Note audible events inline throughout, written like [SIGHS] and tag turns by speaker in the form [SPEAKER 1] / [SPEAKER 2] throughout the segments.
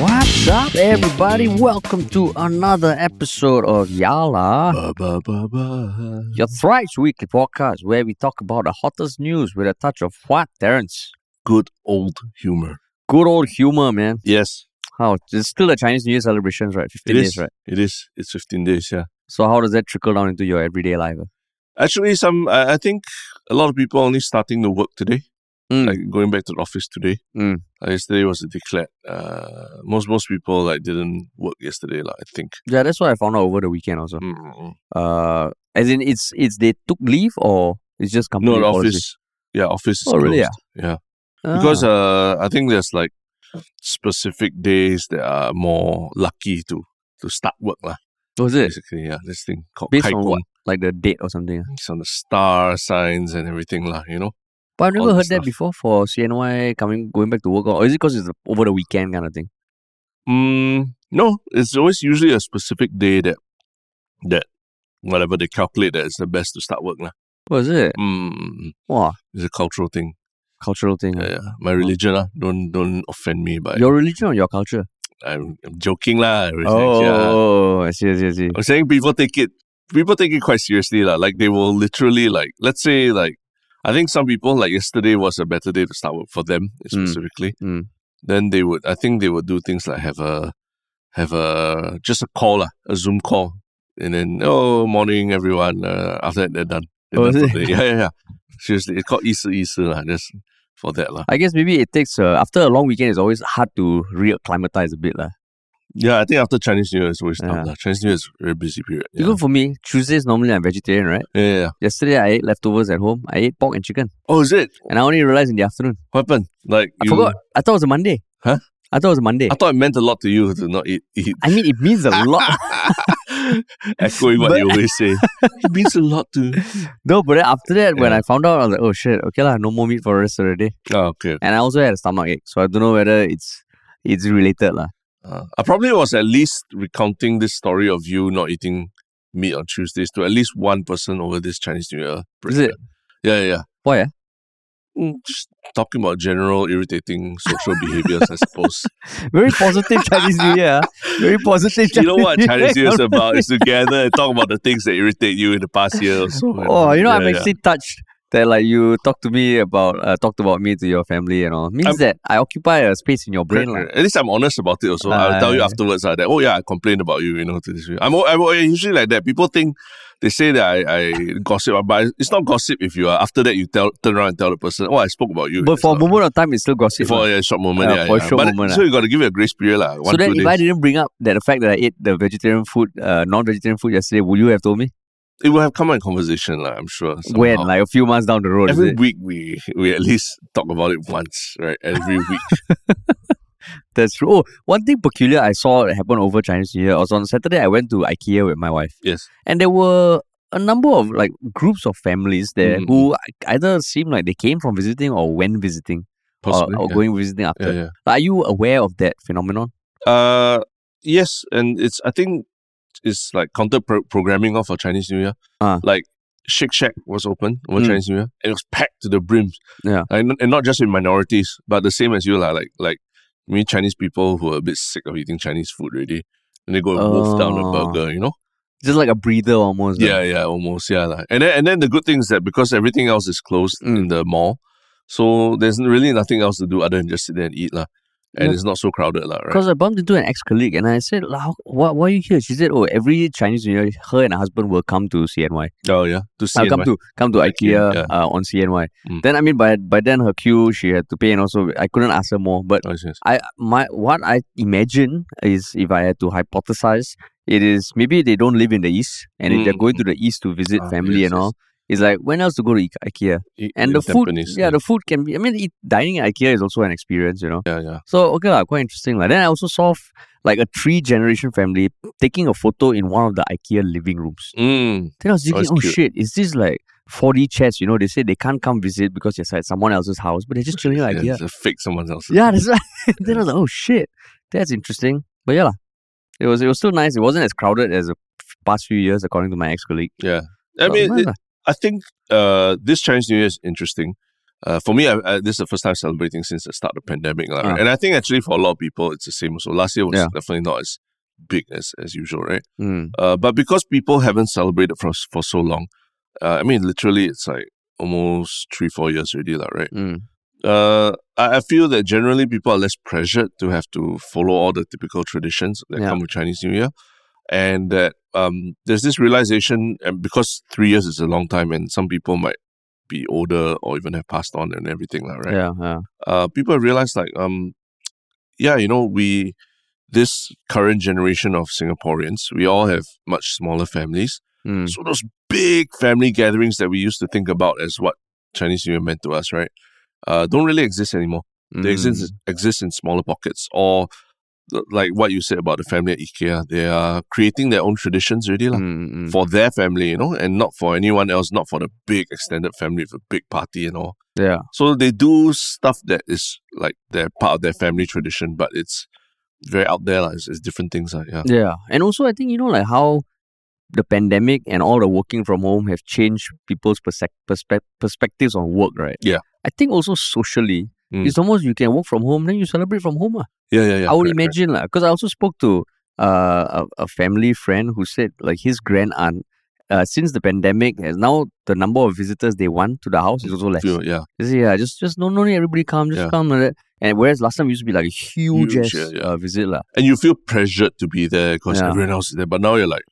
[SPEAKER 1] What's up, everybody? Welcome to another episode of Yala, [LAUGHS]
[SPEAKER 2] Ba, ba, ba, ba.
[SPEAKER 1] your thrice weekly podcast where we talk about the hottest news with a touch of what, Terrence?
[SPEAKER 2] Good old humor.
[SPEAKER 1] Good old humor, man.
[SPEAKER 2] Yes,
[SPEAKER 1] How? It's still the Chinese New Year celebrations, right? 15
[SPEAKER 2] it
[SPEAKER 1] days,
[SPEAKER 2] is.
[SPEAKER 1] right?
[SPEAKER 2] It is. It's 15 days, yeah.
[SPEAKER 1] So, how does that trickle down into your everyday life? eh?
[SPEAKER 2] Actually, some I, I think a lot of people only starting to work today,
[SPEAKER 1] Mm.
[SPEAKER 2] like going back to the office today.
[SPEAKER 1] Mm.
[SPEAKER 2] Uh, yesterday was a declared. Uh, most most people like didn't work yesterday, like, I think.
[SPEAKER 1] Yeah, that's what I found out over the weekend also.
[SPEAKER 2] Mm.
[SPEAKER 1] Uh, as in, it's it's they took leave or it's just company
[SPEAKER 2] No, the
[SPEAKER 1] policy?
[SPEAKER 2] office. Yeah, office. Is
[SPEAKER 1] Oh, really,
[SPEAKER 2] closed. Yeah, because
[SPEAKER 1] Ah.
[SPEAKER 2] uh, I think there's like specific days that are more lucky to to start work lah.
[SPEAKER 1] Ah. was it
[SPEAKER 2] Basically, yeah, this thing called
[SPEAKER 1] based on
[SPEAKER 2] Kaikong.
[SPEAKER 1] what? Like the date or something? eh?
[SPEAKER 2] It's on the star signs and everything lah. You know.
[SPEAKER 1] But I've
[SPEAKER 2] all
[SPEAKER 1] never
[SPEAKER 2] that
[SPEAKER 1] heard that
[SPEAKER 2] stuff.
[SPEAKER 1] before for CNY coming going back to work, or is it because it's over the weekend kind of thing?
[SPEAKER 2] Mm, no, it's always usually a specific day that that whatever they calculate that is the best to start work lah.
[SPEAKER 1] Was it?
[SPEAKER 2] Mm,
[SPEAKER 1] Wow,
[SPEAKER 2] it's a cultural thing.
[SPEAKER 1] cultural thing.
[SPEAKER 2] Yeah,
[SPEAKER 1] ah.
[SPEAKER 2] yeah. My religion lah. Don't don't offend me by
[SPEAKER 1] Your religion or your culture?
[SPEAKER 2] I'm, I'm joking lah. everything, yeah.
[SPEAKER 1] Oh, I see, I see, I see.
[SPEAKER 2] I'm saying people take it people take it quite seriously lah. Like they will literally like let's say like I think some people like yesterday was a better day to start work for them
[SPEAKER 1] Mm.
[SPEAKER 2] specifically.
[SPEAKER 1] Mm.
[SPEAKER 2] Then they would I think they would do things like have a have a just a call lah, a Zoom call, and then oh morning everyone. Uh, after that they're done. They're
[SPEAKER 1] Oh, is
[SPEAKER 2] done for the day. Yeah yeah yeah. Seriously, it's called 意思意思 lah. Just for that lah.
[SPEAKER 1] I guess maybe it takes uh, after a long weekend. It's always hard to reacclimatize a bit, lah.
[SPEAKER 2] Yeah, I think after Chinese New Year is always tough
[SPEAKER 1] Yeah.
[SPEAKER 2] lah. Chinese New Year is a very busy period. Yeah.
[SPEAKER 1] Even for me, Tuesdays normally I'm vegetarian, right?
[SPEAKER 2] yeah, yeah, yeah.
[SPEAKER 1] Yesterday I ate leftovers at home. I ate pork and chicken,
[SPEAKER 2] Oh, is it?
[SPEAKER 1] and I only realized in the afternoon.
[SPEAKER 2] What happened? Like
[SPEAKER 1] I
[SPEAKER 2] you,
[SPEAKER 1] forgot. I thought it was a Monday.
[SPEAKER 2] Huh?
[SPEAKER 1] I thought it was a Monday.
[SPEAKER 2] I thought it meant a lot to you to not eat.
[SPEAKER 1] [LAUGHS]
[SPEAKER 2] eat.
[SPEAKER 1] I mean, it means a
[SPEAKER 2] [LAUGHS]
[SPEAKER 1] lot. [LAUGHS]
[SPEAKER 2] Echoing what
[SPEAKER 1] But-
[SPEAKER 2] you always
[SPEAKER 1] [LAUGHS]
[SPEAKER 2] say. It means a lot to.
[SPEAKER 1] no, but then after that, when
[SPEAKER 2] Yeah.
[SPEAKER 1] I found out, I was like, oh shit, okay lah, no more meat for the rest of the day.
[SPEAKER 2] Ah, okay.
[SPEAKER 1] And I also had a stomach ache, so I don't know whether it's it's related lah.
[SPEAKER 2] Uh, I probably was at least recounting this story of you not eating meat on Tuesdays to at least one person over this Chinese New Year. break.
[SPEAKER 1] Is it?
[SPEAKER 2] Yeah, yeah.
[SPEAKER 1] Why, eh?
[SPEAKER 2] yeah. Mm, just talking about general irritating social behaviors, I
[SPEAKER 1] [LAUGHS]
[SPEAKER 2] suppose.
[SPEAKER 1] Very positive Chinese New Year. ah. Very positive.
[SPEAKER 2] you know what
[SPEAKER 1] New
[SPEAKER 2] Chinese New Year is
[SPEAKER 1] Year.
[SPEAKER 2] about? Is to gather and talk about the things that irritate you in the past year or so.
[SPEAKER 1] Oh, you know, I'm
[SPEAKER 2] Yeah, yeah.
[SPEAKER 1] actually touched that like you talked to me about uh, talked about me to your family and all. Means
[SPEAKER 2] I'm-
[SPEAKER 1] that I occupy a space in your brain.
[SPEAKER 2] Correct,
[SPEAKER 1] lah.
[SPEAKER 2] correct. At least I'm honest about it. Also, I'll tell you
[SPEAKER 1] Ah.
[SPEAKER 2] afterwards uh, that oh yeah, I complained about you. You know, to this. people. I'm, al- I'm al- usually like that. People think they say that I, I gossip, uh, but it's not gossip if you are after that you tell turn around and tell the person oh I spoke about [LAUGHS] you.
[SPEAKER 1] But
[SPEAKER 2] It's
[SPEAKER 1] for a
[SPEAKER 2] not-
[SPEAKER 1] moment of time, it's still gossip. lah.
[SPEAKER 2] for a short moment,
[SPEAKER 1] Yeah,
[SPEAKER 2] yeah,
[SPEAKER 1] for a
[SPEAKER 2] yeah.
[SPEAKER 1] short
[SPEAKER 2] But
[SPEAKER 1] moment, ah.
[SPEAKER 2] so you got to give it a grace period like, one
[SPEAKER 1] so then,
[SPEAKER 2] two
[SPEAKER 1] if
[SPEAKER 2] days.
[SPEAKER 1] I didn't bring up that the fact that I ate the vegetarian food, uh, non-vegetarian food yesterday, would you have told me
[SPEAKER 2] it will have come in conversation. Like, I'm sure.
[SPEAKER 1] when?
[SPEAKER 2] somehow.
[SPEAKER 1] Like a few months down the road, is
[SPEAKER 2] every
[SPEAKER 1] it?
[SPEAKER 2] week we we at least talk about it once, right? Every week.
[SPEAKER 1] That's true. Oh, one thing peculiar I saw that happened over Chinese New Year was on Saturday. I went to IKEA with my wife,
[SPEAKER 2] Yes.
[SPEAKER 1] [LAUGHS] and there were a number of like groups of families there
[SPEAKER 2] Mm.
[SPEAKER 1] who either seemed like they came from visiting or went visiting or,
[SPEAKER 2] Possibly.
[SPEAKER 1] or
[SPEAKER 2] yeah.
[SPEAKER 1] going visiting after.
[SPEAKER 2] Yeah, yeah.
[SPEAKER 1] Are you aware of that phenomenon?
[SPEAKER 2] Uh, yes, and it's I think it's like counter pro- programming off for Chinese New Year.
[SPEAKER 1] Ah.
[SPEAKER 2] Like Shake Shack was open over
[SPEAKER 1] Mm.
[SPEAKER 2] Chinese New Year. It was packed to the brim.
[SPEAKER 1] Yeah.
[SPEAKER 2] and, and not just with minorities, but the same as you lah. Like like me, Chinese people who are a bit sick of eating Chinese food already, and they go and wolf down a
[SPEAKER 1] Oh.
[SPEAKER 2] burger. You know.
[SPEAKER 1] Just like a breather almost. right?
[SPEAKER 2] Yeah, yeah, almost. Yeah, lah. and then and then the good thing is that because everything else is closed
[SPEAKER 1] Mm.
[SPEAKER 2] in the mall, so there's really nothing else to do other than just sit there and eat lah. And
[SPEAKER 1] Yeah.
[SPEAKER 2] it's not so crowded lah, right?
[SPEAKER 1] Because I bumped into an ex colleague and I said, "Lah, how, why, why are you here? She said, Oh, every Chinese New Year, her and her husband will come to CNY.
[SPEAKER 2] Oh yeah, to see.
[SPEAKER 1] I'll
[SPEAKER 2] and
[SPEAKER 1] Uh, come
[SPEAKER 2] buy.
[SPEAKER 1] to come to IKEA
[SPEAKER 2] IKEA, yeah.
[SPEAKER 1] uh, on CNY.
[SPEAKER 2] Mm.
[SPEAKER 1] Then I mean by by then her queue she had to pay and also I couldn't ask her more. But
[SPEAKER 2] Oh, yes, yes.
[SPEAKER 1] I my what I imagine is if I had to hypothesize, it is maybe they don't live in the east and if they're
[SPEAKER 2] Mm.
[SPEAKER 1] going to the east to visit
[SPEAKER 2] Ah,
[SPEAKER 1] family
[SPEAKER 2] yes,
[SPEAKER 1] and
[SPEAKER 2] yes.
[SPEAKER 1] all, it's like when else to go to Ike- IKEA
[SPEAKER 2] I-
[SPEAKER 1] E and
[SPEAKER 2] in
[SPEAKER 1] the food.
[SPEAKER 2] Tampines,
[SPEAKER 1] yeah, the food can be. I mean, eat, dining at IKEA is also an experience, you know.
[SPEAKER 2] yeah, yeah.
[SPEAKER 1] So okay lah, quite interesting lah. Then I also saw f- like a three generation family taking a photo in one of the IKEA living rooms.
[SPEAKER 2] Mm.
[SPEAKER 1] Then I was thinking,
[SPEAKER 2] it's
[SPEAKER 1] oh,
[SPEAKER 2] cute.
[SPEAKER 1] shit, is this like 4D chats? You know, they say they can't come visit because they're at someone else's house, but they're just chilling at
[SPEAKER 2] yeah,
[SPEAKER 1] IKEA.
[SPEAKER 2] It's a fake someone
[SPEAKER 1] [LAUGHS]
[SPEAKER 2] else's.
[SPEAKER 1] Yeah, that's right. then I was like, oh shit, that's interesting. But yeah, lah, it was it was still nice. It wasn't as crowded as the f- past few years, according to my ex colleague. [LAUGHS]
[SPEAKER 2] yeah. I mean, it- I think uh, this Chinese New Year is interesting Uh, for me, I, I, this is the first time celebrating since the start of the pandemic. lah, right?
[SPEAKER 1] Ah.
[SPEAKER 2] And I think actually for a lot of people, it's the same. So last year was
[SPEAKER 1] Yeah.
[SPEAKER 2] definitely not as big as, as usual, right?
[SPEAKER 1] Mm.
[SPEAKER 2] Uh, but because people haven't celebrated for, s- for so long, uh, I mean, literally, it's like almost three, four years already, lah, right?
[SPEAKER 1] Mm.
[SPEAKER 2] Uh, I, I feel that generally people are less pressured to have to follow all the typical traditions that
[SPEAKER 1] Yeah.
[SPEAKER 2] come with Chinese New Year, and that um, there's this realization, and because three years is a long time, and some people might be older or even have passed on and everything, lah, right?
[SPEAKER 1] Yeah, yeah.
[SPEAKER 2] Uh, people realize like, um, yeah, you know, we this current generation of Singaporeans, we all have much smaller families,
[SPEAKER 1] Mm.
[SPEAKER 2] so those big family gatherings that we used to think about as what Chinese New Year meant to us, right? Uh, don't really exist anymore. They exist
[SPEAKER 1] Mm.
[SPEAKER 2] exist in smaller pockets, or l- like what you said about the family at IKEA. They are creating their own traditions already, lah,
[SPEAKER 1] Mm, mm, mm.
[SPEAKER 2] for their family, you know, and not for anyone else, not for the big extended family with a big party and all.
[SPEAKER 1] Yeah.
[SPEAKER 2] So they do stuff that is like they're part of their family tradition, but it's very out there, lah. It's, it's different things, lah. Yeah.
[SPEAKER 1] Yeah. And also, I think, you know, like how the pandemic and all the working from home have changed people's persec- perspe- perspectives on work, right?
[SPEAKER 2] Yeah.
[SPEAKER 1] I think also socially,
[SPEAKER 2] Mm.
[SPEAKER 1] it's almost you can work from home, then you celebrate from home. ah.
[SPEAKER 2] Yeah, yeah, yeah.
[SPEAKER 1] I would
[SPEAKER 2] correct, correct.
[SPEAKER 1] imagine, because I also spoke to uh, a, a family friend who said, like, his grand aunt, uh, since the pandemic, has now the number of visitors they want to the house is also less.
[SPEAKER 2] Feel- yeah.
[SPEAKER 1] They say, yeah, just just no no need everybody come, just
[SPEAKER 2] Yeah.
[SPEAKER 1] come and that. And whereas last time it used to be like a huge,
[SPEAKER 2] Huge,
[SPEAKER 1] ass,
[SPEAKER 2] yeah, yeah.
[SPEAKER 1] Uh, visit
[SPEAKER 2] [LAUGHS]
[SPEAKER 1] lah.
[SPEAKER 2] and you feel pressured to be there because
[SPEAKER 1] Yeah.
[SPEAKER 2] everyone else is there. But now you're like,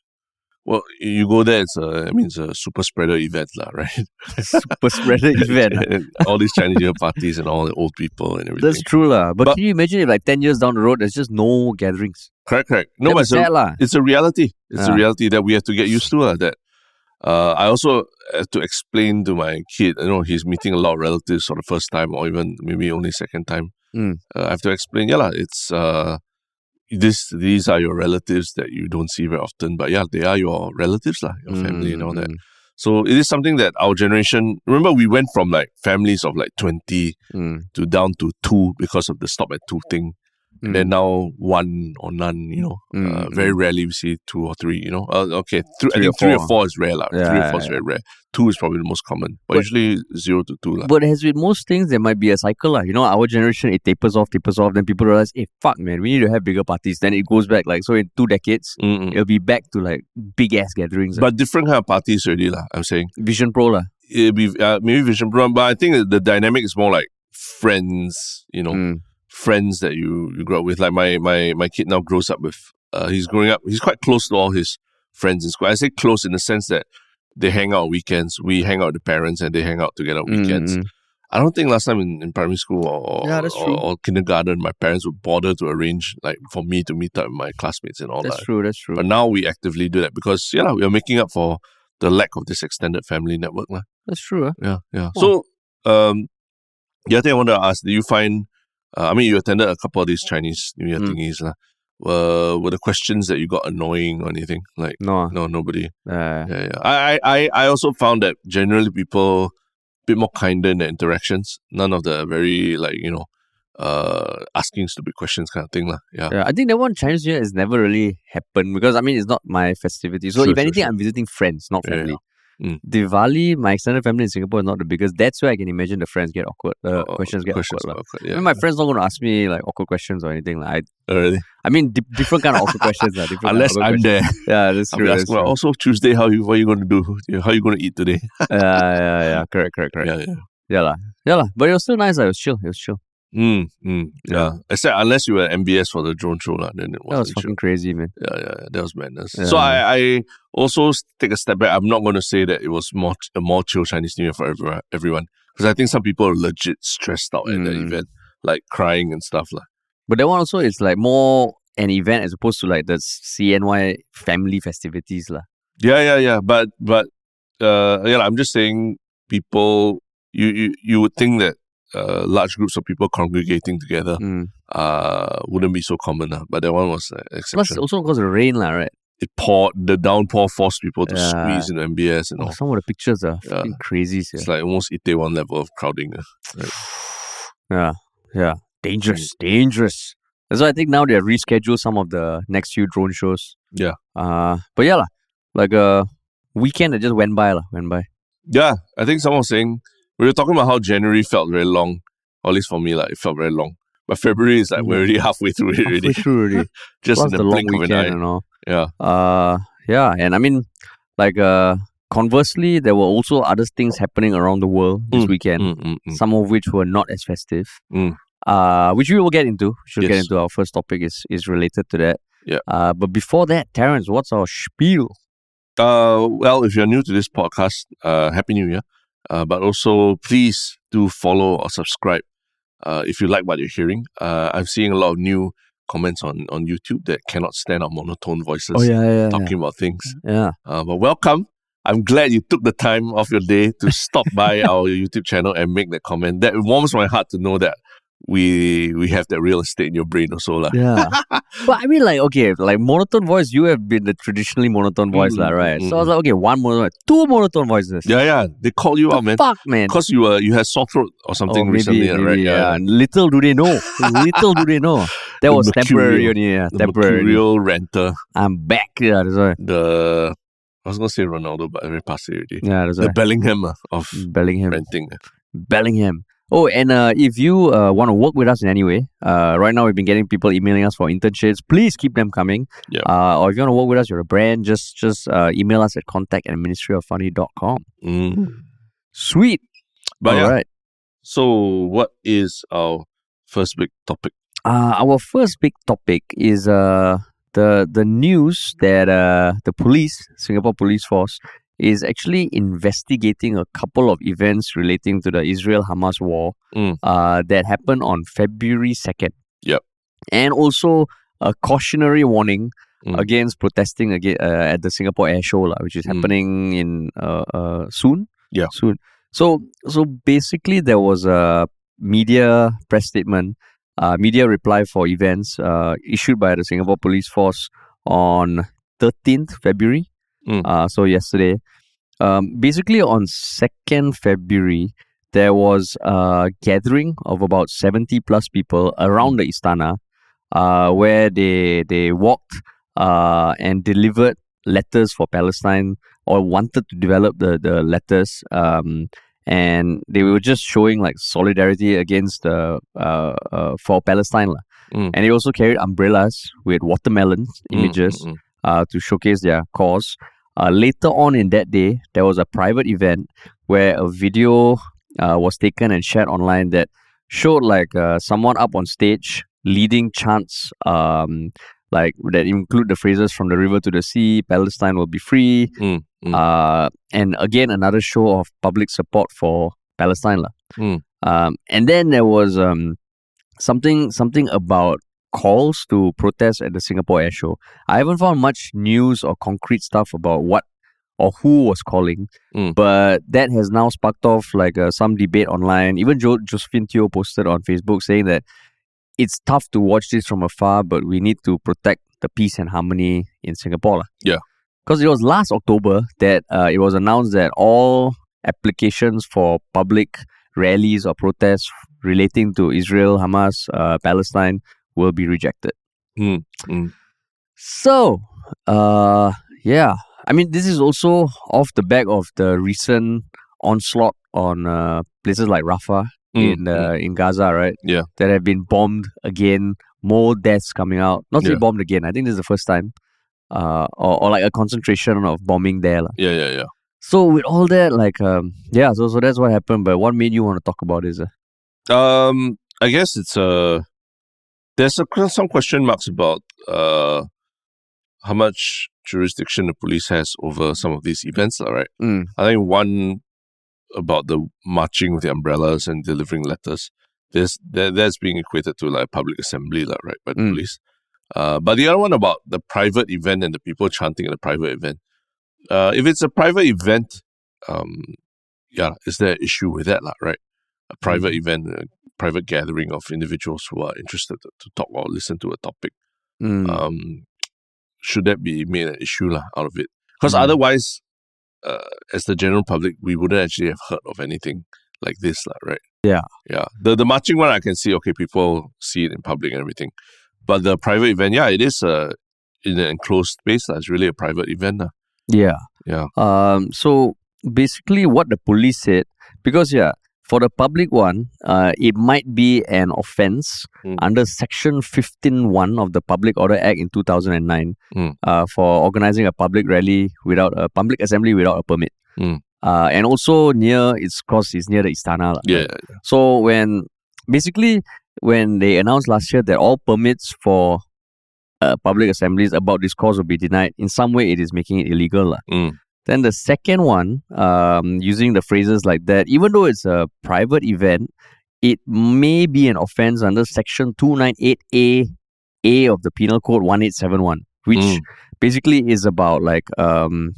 [SPEAKER 2] well, you go there. It's a, I mean, it's a super spreader event, lah, [LAUGHS] right?
[SPEAKER 1] super
[SPEAKER 2] [LAUGHS]
[SPEAKER 1] spreader event. ah.
[SPEAKER 2] And all these Chinese New Year parties and all the old people and everything.
[SPEAKER 1] That's true lah. But,
[SPEAKER 2] But-
[SPEAKER 1] can you imagine if like ten years down the road there's just no gatherings?
[SPEAKER 2] correct, correct. No,
[SPEAKER 1] That'd
[SPEAKER 2] but
[SPEAKER 1] be
[SPEAKER 2] it's a,
[SPEAKER 1] sad lah.
[SPEAKER 2] it's a reality. It's
[SPEAKER 1] Yeah.
[SPEAKER 2] a reality that we have to get used to. lah, that uh, I also have to explain to my kid. You know, he's meeting a lot of relatives for the first time, or even maybe only second time.
[SPEAKER 1] Mm.
[SPEAKER 2] Uh, I have to explain. Yeah, lah, it's. Uh, this these are your relatives that you don't see very often, but yeah, they are your relatives, lah, your family and all that.
[SPEAKER 1] Mm, Hmm.
[SPEAKER 2] So it is something that our generation remember we went from like families of like twenty
[SPEAKER 1] Mm,
[SPEAKER 2] to down to two because of the stop at two thing.
[SPEAKER 1] mm,
[SPEAKER 2] And then now one or none, you know. Uh,
[SPEAKER 1] mm,
[SPEAKER 2] very rarely we see two or three, you know. Uh, okay, th- I
[SPEAKER 1] Three or
[SPEAKER 2] think three or
[SPEAKER 1] four.
[SPEAKER 2] four is rare, lah.
[SPEAKER 1] Yeah,
[SPEAKER 2] three or four
[SPEAKER 1] yeah,
[SPEAKER 2] is very rare. Two is probably the most common, but,
[SPEAKER 1] But-
[SPEAKER 2] usually zero to two, lah.
[SPEAKER 1] mm. But as with most things, there might be a cycle lah. You know, our generation it tapers off, tapers off. Then people realize, hey, fuck, man, we need to have bigger parties. Then it goes back like so in two decades,
[SPEAKER 2] Mm-mm.
[SPEAKER 1] it'll be back to like big ass gatherings. But
[SPEAKER 2] But different kind of parties already, lah. I'm saying
[SPEAKER 1] Vision Pro lah.
[SPEAKER 2] it'd be uh, maybe Vision Pro, but I think that the dynamic is more like friends, you know,
[SPEAKER 1] Mm,
[SPEAKER 2] friends that you you grow up with. Like my my my kid now grows up with. Uh, he's growing up. He's quite close to all his friends in school. I say close in the sense that they hang out weekends. We hang out with the parents, and they hang out together on
[SPEAKER 1] mm,
[SPEAKER 2] weekends.
[SPEAKER 1] mm.
[SPEAKER 2] I don't think last time in, in primary school or, or-
[SPEAKER 1] Yeah, that's
[SPEAKER 2] or,
[SPEAKER 1] true.
[SPEAKER 2] or kindergarten, my parents would bother to arrange like for me to meet up with my classmates and all
[SPEAKER 1] That's
[SPEAKER 2] that.
[SPEAKER 1] true. That's true.
[SPEAKER 2] But now we actively do that because yeah, lah, we are making up for the lack of this extended family network, lah.
[SPEAKER 1] That's true. ah.
[SPEAKER 2] Yeah, yeah.
[SPEAKER 1] Oh.
[SPEAKER 2] So, um, the other thing I wanted to ask: Do you find? Uh, I mean, you attended a couple of these Chinese New Year
[SPEAKER 1] Mm.
[SPEAKER 2] thingies, lah. Were were the questions that you got annoying or anything? Like,
[SPEAKER 1] No.
[SPEAKER 2] no, nobody.
[SPEAKER 1] ah. Uh,
[SPEAKER 2] Yeah, yeah. I, I, I- I also found that generally people a bit more kinder in their interactions. None of the very like you know, uh, asking stupid questions kind of thing, lah. Yeah.
[SPEAKER 1] yeah, I think that one Chinese New Year has never really happened because I mean it's not my festivity. So
[SPEAKER 2] Sure,
[SPEAKER 1] if
[SPEAKER 2] sure,
[SPEAKER 1] anything,
[SPEAKER 2] sure.
[SPEAKER 1] I'm visiting friends, not
[SPEAKER 2] Yeah, yeah.
[SPEAKER 1] family.
[SPEAKER 2] Mm.
[SPEAKER 1] Diwali, my extended family in Singapore is not the biggest. That's where I can imagine the friends get awkward. The
[SPEAKER 2] Uh,
[SPEAKER 1] questions get awkward. lah.
[SPEAKER 2] awkward, yeah.
[SPEAKER 1] I mean, my friends not going to ask me like awkward questions or anything. Like,
[SPEAKER 2] Already.
[SPEAKER 1] I, I mean, di- different kind of awkward questions. lah, different kind of
[SPEAKER 2] Unless
[SPEAKER 1] awkward
[SPEAKER 2] I'm
[SPEAKER 1] questions.
[SPEAKER 2] there, [LAUGHS]
[SPEAKER 1] Yeah, that's
[SPEAKER 2] I'll be
[SPEAKER 1] true. That's
[SPEAKER 2] asking, well,
[SPEAKER 1] true.
[SPEAKER 2] also Tuesday, how you what you going to do? How you going to eat today?
[SPEAKER 1] Yeah, yeah, yeah. Correct, correct, correct.
[SPEAKER 2] Yeah, yeah.
[SPEAKER 1] Yeah, lah, yeah, lah. But it was still nice. lah. It was chill. It was chill.
[SPEAKER 2] Mm, mm, yeah. Except unless you were MBS for the drone show, lah, then it
[SPEAKER 1] That was
[SPEAKER 2] wasn't true.
[SPEAKER 1] fucking crazy, man.
[SPEAKER 2] Yeah, yeah, yeah, that was madness. So
[SPEAKER 1] Yeah.
[SPEAKER 2] I, I also s- take a step back. I'm not going to say that it was more a more chill Chinese New Year for everyone, everyone, because I think some people are legit stressed out at the
[SPEAKER 1] Mm.
[SPEAKER 2] event, like crying and stuff, lah.
[SPEAKER 1] But that one also is like more an event as opposed to like the CNY family festivities, lah.
[SPEAKER 2] Yeah, yeah, yeah. But but uh, yeah, lah, I'm just saying people. You you you would think that uh, large groups of people congregating together
[SPEAKER 1] Mm.
[SPEAKER 2] uh wouldn't be so common, lah. But that one was an
[SPEAKER 1] Plus,
[SPEAKER 2] exception.
[SPEAKER 1] also because of the rain, lah, right?
[SPEAKER 2] it poured the downpour forced people to
[SPEAKER 1] Yeah.
[SPEAKER 2] squeeze into MBS and
[SPEAKER 1] Oh,
[SPEAKER 2] all.
[SPEAKER 1] some of the pictures are
[SPEAKER 2] Yeah.
[SPEAKER 1] fucking crazy. sia.
[SPEAKER 2] It's like almost Itaewon level of crowding. uh.
[SPEAKER 1] [SIGHS] Yeah, yeah. Dangerous, dangerous. That's why I think now they have rescheduled some of the next few drone shows.
[SPEAKER 2] Yeah.
[SPEAKER 1] Uh, but yeah, uh,
[SPEAKER 2] [LAUGHS]
[SPEAKER 1] lah. like a weekend that just went by, lah, went by.
[SPEAKER 2] Yeah, I think someone was saying We were talking about how January felt very long, or at least for me, like it felt very long. But February is like
[SPEAKER 1] Yeah.
[SPEAKER 2] we're already [LAUGHS] halfway through it
[SPEAKER 1] Halfway
[SPEAKER 2] already.
[SPEAKER 1] through already.
[SPEAKER 2] [LAUGHS] Just in
[SPEAKER 1] Plus
[SPEAKER 2] the,
[SPEAKER 1] the long
[SPEAKER 2] blink of an
[SPEAKER 1] weekend
[SPEAKER 2] eye.
[SPEAKER 1] and all.
[SPEAKER 2] Yeah.
[SPEAKER 1] Uh, yeah, and I mean, like, uh, conversely, there were also other things happening around the world this weekend,
[SPEAKER 2] Mm, mm, mm.
[SPEAKER 1] some of which were not as festive.
[SPEAKER 2] Mm.
[SPEAKER 1] Uh, which we will get into. We should get
[SPEAKER 2] Yes.
[SPEAKER 1] into our first topic is is related to that.
[SPEAKER 2] Yeah.
[SPEAKER 1] Uh, but before that, Terrence, what's our spiel?
[SPEAKER 2] Uh, well, if you're new to this podcast, uh, Happy New Year. Uh, but also, please do follow or subscribe uh, if you like what you're hearing. Uh, I'm seeing a lot of new comments on, on YouTube that cannot stand our monotone voices
[SPEAKER 1] Oh, yeah,
[SPEAKER 2] talking about things.
[SPEAKER 1] yeah.
[SPEAKER 2] Uh, but welcome. I'm glad you took the time of your day
[SPEAKER 1] [LAUGHS]
[SPEAKER 2] to stop by our YouTube channel and make that comment. That warms my heart to know that we we have that real estate in your brain also. lah.
[SPEAKER 1] Yeah. [LAUGHS] but I mean, like, okay, like monotone voice, you have been the traditionally monotone voice, lah,
[SPEAKER 2] Mm,
[SPEAKER 1] right?
[SPEAKER 2] mm,
[SPEAKER 1] So I was like, okay, one monotone, two monotone voices.
[SPEAKER 2] Yeah, yeah. They call you
[SPEAKER 1] The
[SPEAKER 2] out, man.
[SPEAKER 1] Fuck, man.
[SPEAKER 2] Because you were you had sore throat or something
[SPEAKER 1] Oh, maybe-
[SPEAKER 2] recently,
[SPEAKER 1] maybe,
[SPEAKER 2] right?
[SPEAKER 1] yeah. Little do they
[SPEAKER 2] [LAUGHS]
[SPEAKER 1] know. Little do they know. That
[SPEAKER 2] The
[SPEAKER 1] was temporary
[SPEAKER 2] mercurial-
[SPEAKER 1] only. Yeah,
[SPEAKER 2] The
[SPEAKER 1] temporary.
[SPEAKER 2] Mercurial renter,
[SPEAKER 1] I'm back. Yeah, that's right.
[SPEAKER 2] the I was gonna say Ronaldo, but I very past it already.
[SPEAKER 1] Yeah, that's
[SPEAKER 2] The
[SPEAKER 1] right. Mm.
[SPEAKER 2] Bellingham uh, of
[SPEAKER 1] Bellingham.
[SPEAKER 2] renting.
[SPEAKER 1] Bellingham. Oh, and uh, if you uh, want to work with us in any way, uh, right now we've been getting people emailing us for internships. Please keep them coming.
[SPEAKER 2] Yeah.
[SPEAKER 1] Uh, or if you want to work with us, you're a brand, just just uh, email us at contact at ministryoffunny.com.
[SPEAKER 2] Mm.
[SPEAKER 1] Sweet.
[SPEAKER 2] But
[SPEAKER 1] All
[SPEAKER 2] yeah.
[SPEAKER 1] right.
[SPEAKER 2] So what is our first big topic?
[SPEAKER 1] Uh, our first big topic is uh, the the news that uh, the police, Singapore Police Force, is actually investigating a couple of events relating to the Israel Hamas war
[SPEAKER 2] Mm.
[SPEAKER 1] uh, that happened on February 2nd.
[SPEAKER 2] Yep.
[SPEAKER 1] And also a cautionary warning
[SPEAKER 2] Mm.
[SPEAKER 1] against protesting against, uh, at the Singapore Air Show, lah, which is
[SPEAKER 2] Mm.
[SPEAKER 1] happening in uh, uh, soon.
[SPEAKER 2] Yeah.
[SPEAKER 1] Soon. So, so basically, there was a media press statement uh, media reply for events uh, issued by the Singapore Police Force on 13th February.
[SPEAKER 2] Mm.
[SPEAKER 1] Uh, so yesterday, um, basically on 2nd February, there was a gathering of about 70 plus people around the Istana, uh, where they they walked uh, and delivered letters for Palestine or wanted to develop the the letters. Um, and they were just showing like solidarity against the uh, uh, for Palestine, lah.
[SPEAKER 2] Mm.
[SPEAKER 1] and they also carried umbrellas with watermelons
[SPEAKER 2] Mm,
[SPEAKER 1] images
[SPEAKER 2] mm, mm.
[SPEAKER 1] uh, to showcase their cause. Uh, later on in that day, there was a private event where a video uh, was taken and shared online that showed like uh, someone up on stage leading chants um, like that include the phrases from the river to the sea, Palestine will be free,
[SPEAKER 2] Mm, mm.
[SPEAKER 1] Uh, and again another show of public support for Palestine. lah.
[SPEAKER 2] Mm.
[SPEAKER 1] Um, and then there was um, something something about calls to protest at the Singapore Air Show. I haven't found much news or concrete stuff about what or who was calling,
[SPEAKER 2] Mm.
[SPEAKER 1] but that has now sparked off like uh, some debate online. Even jo- Josephine Teo posted on Facebook saying that it's tough to watch this from afar, but we need to protect the peace and harmony in Singapore. lah.
[SPEAKER 2] Yeah.
[SPEAKER 1] Because it was last October that uh, it was announced that all applications for public rallies or protests relating to Israel, Hamas, uh, Palestine will be rejected.
[SPEAKER 2] Mm, mm.
[SPEAKER 1] So, uh, yeah, I mean, this is also off the back of the recent onslaught on uh, places like Rafah
[SPEAKER 2] Mm,
[SPEAKER 1] in uh, in Gaza, right?
[SPEAKER 2] Yeah.
[SPEAKER 1] that have been bombed again. More deaths coming out. Not to
[SPEAKER 2] Yeah.
[SPEAKER 1] be bombed again. I think this is the first time, uh, or, or like a concentration of bombing there. lah.
[SPEAKER 2] yeah, yeah, yeah.
[SPEAKER 1] So with all that, like, um, yeah, so so that's what happened. But what made you want to talk about this? Uh?
[SPEAKER 2] Um, I guess it's uh there's a, some question marks about uh how much jurisdiction the police has over some of these events, all right?
[SPEAKER 1] Mm.
[SPEAKER 2] I think one about the marching with the umbrellas and delivering letters. There's that, that's being equated to like a public assembly, lah, right, by the
[SPEAKER 1] Mm.
[SPEAKER 2] police. Uh, but the other one about the private event and the people chanting at the private event. Uh, if it's a private event, um, yeah, is there an issue with that, lah, right? A private
[SPEAKER 1] Mm.
[SPEAKER 2] event, a private gathering of individuals who are interested to, to talk or listen to a topic
[SPEAKER 1] Mm.
[SPEAKER 2] um, should that be made an issue lah out of it? Because
[SPEAKER 1] Mm.
[SPEAKER 2] otherwise, uh, as the general public, we wouldn't actually have heard of anything like this, lah, right?
[SPEAKER 1] Yeah.
[SPEAKER 2] Yeah. The the marching one, I can see, okay, people see it in public and everything. But the private event, yeah, it is uh, in an enclosed space. lah. It's really a private event. lah.
[SPEAKER 1] Yeah.
[SPEAKER 2] Yeah.
[SPEAKER 1] Um. So basically, what the police said, because yeah, For the public one, uh, it might be an offense
[SPEAKER 2] Mm.
[SPEAKER 1] under Section 15.1 of the Public Order Act in 2009
[SPEAKER 2] Mm.
[SPEAKER 1] uh, for organizing a public rally without a public assembly without a permit.
[SPEAKER 2] Mm.
[SPEAKER 1] Uh, and also near its course is near the Istana. lah.
[SPEAKER 2] Yeah.
[SPEAKER 1] So when basically when they announced last year that all permits for uh, public assemblies about this cause will be denied, in some way it is making it illegal. lah.
[SPEAKER 2] Mm.
[SPEAKER 1] Then the second one, um, using the phrases like that, even though it's a private event, it may be an offense under section 298A A of the Penal Code 1871, which
[SPEAKER 2] Mm.
[SPEAKER 1] basically is about like um,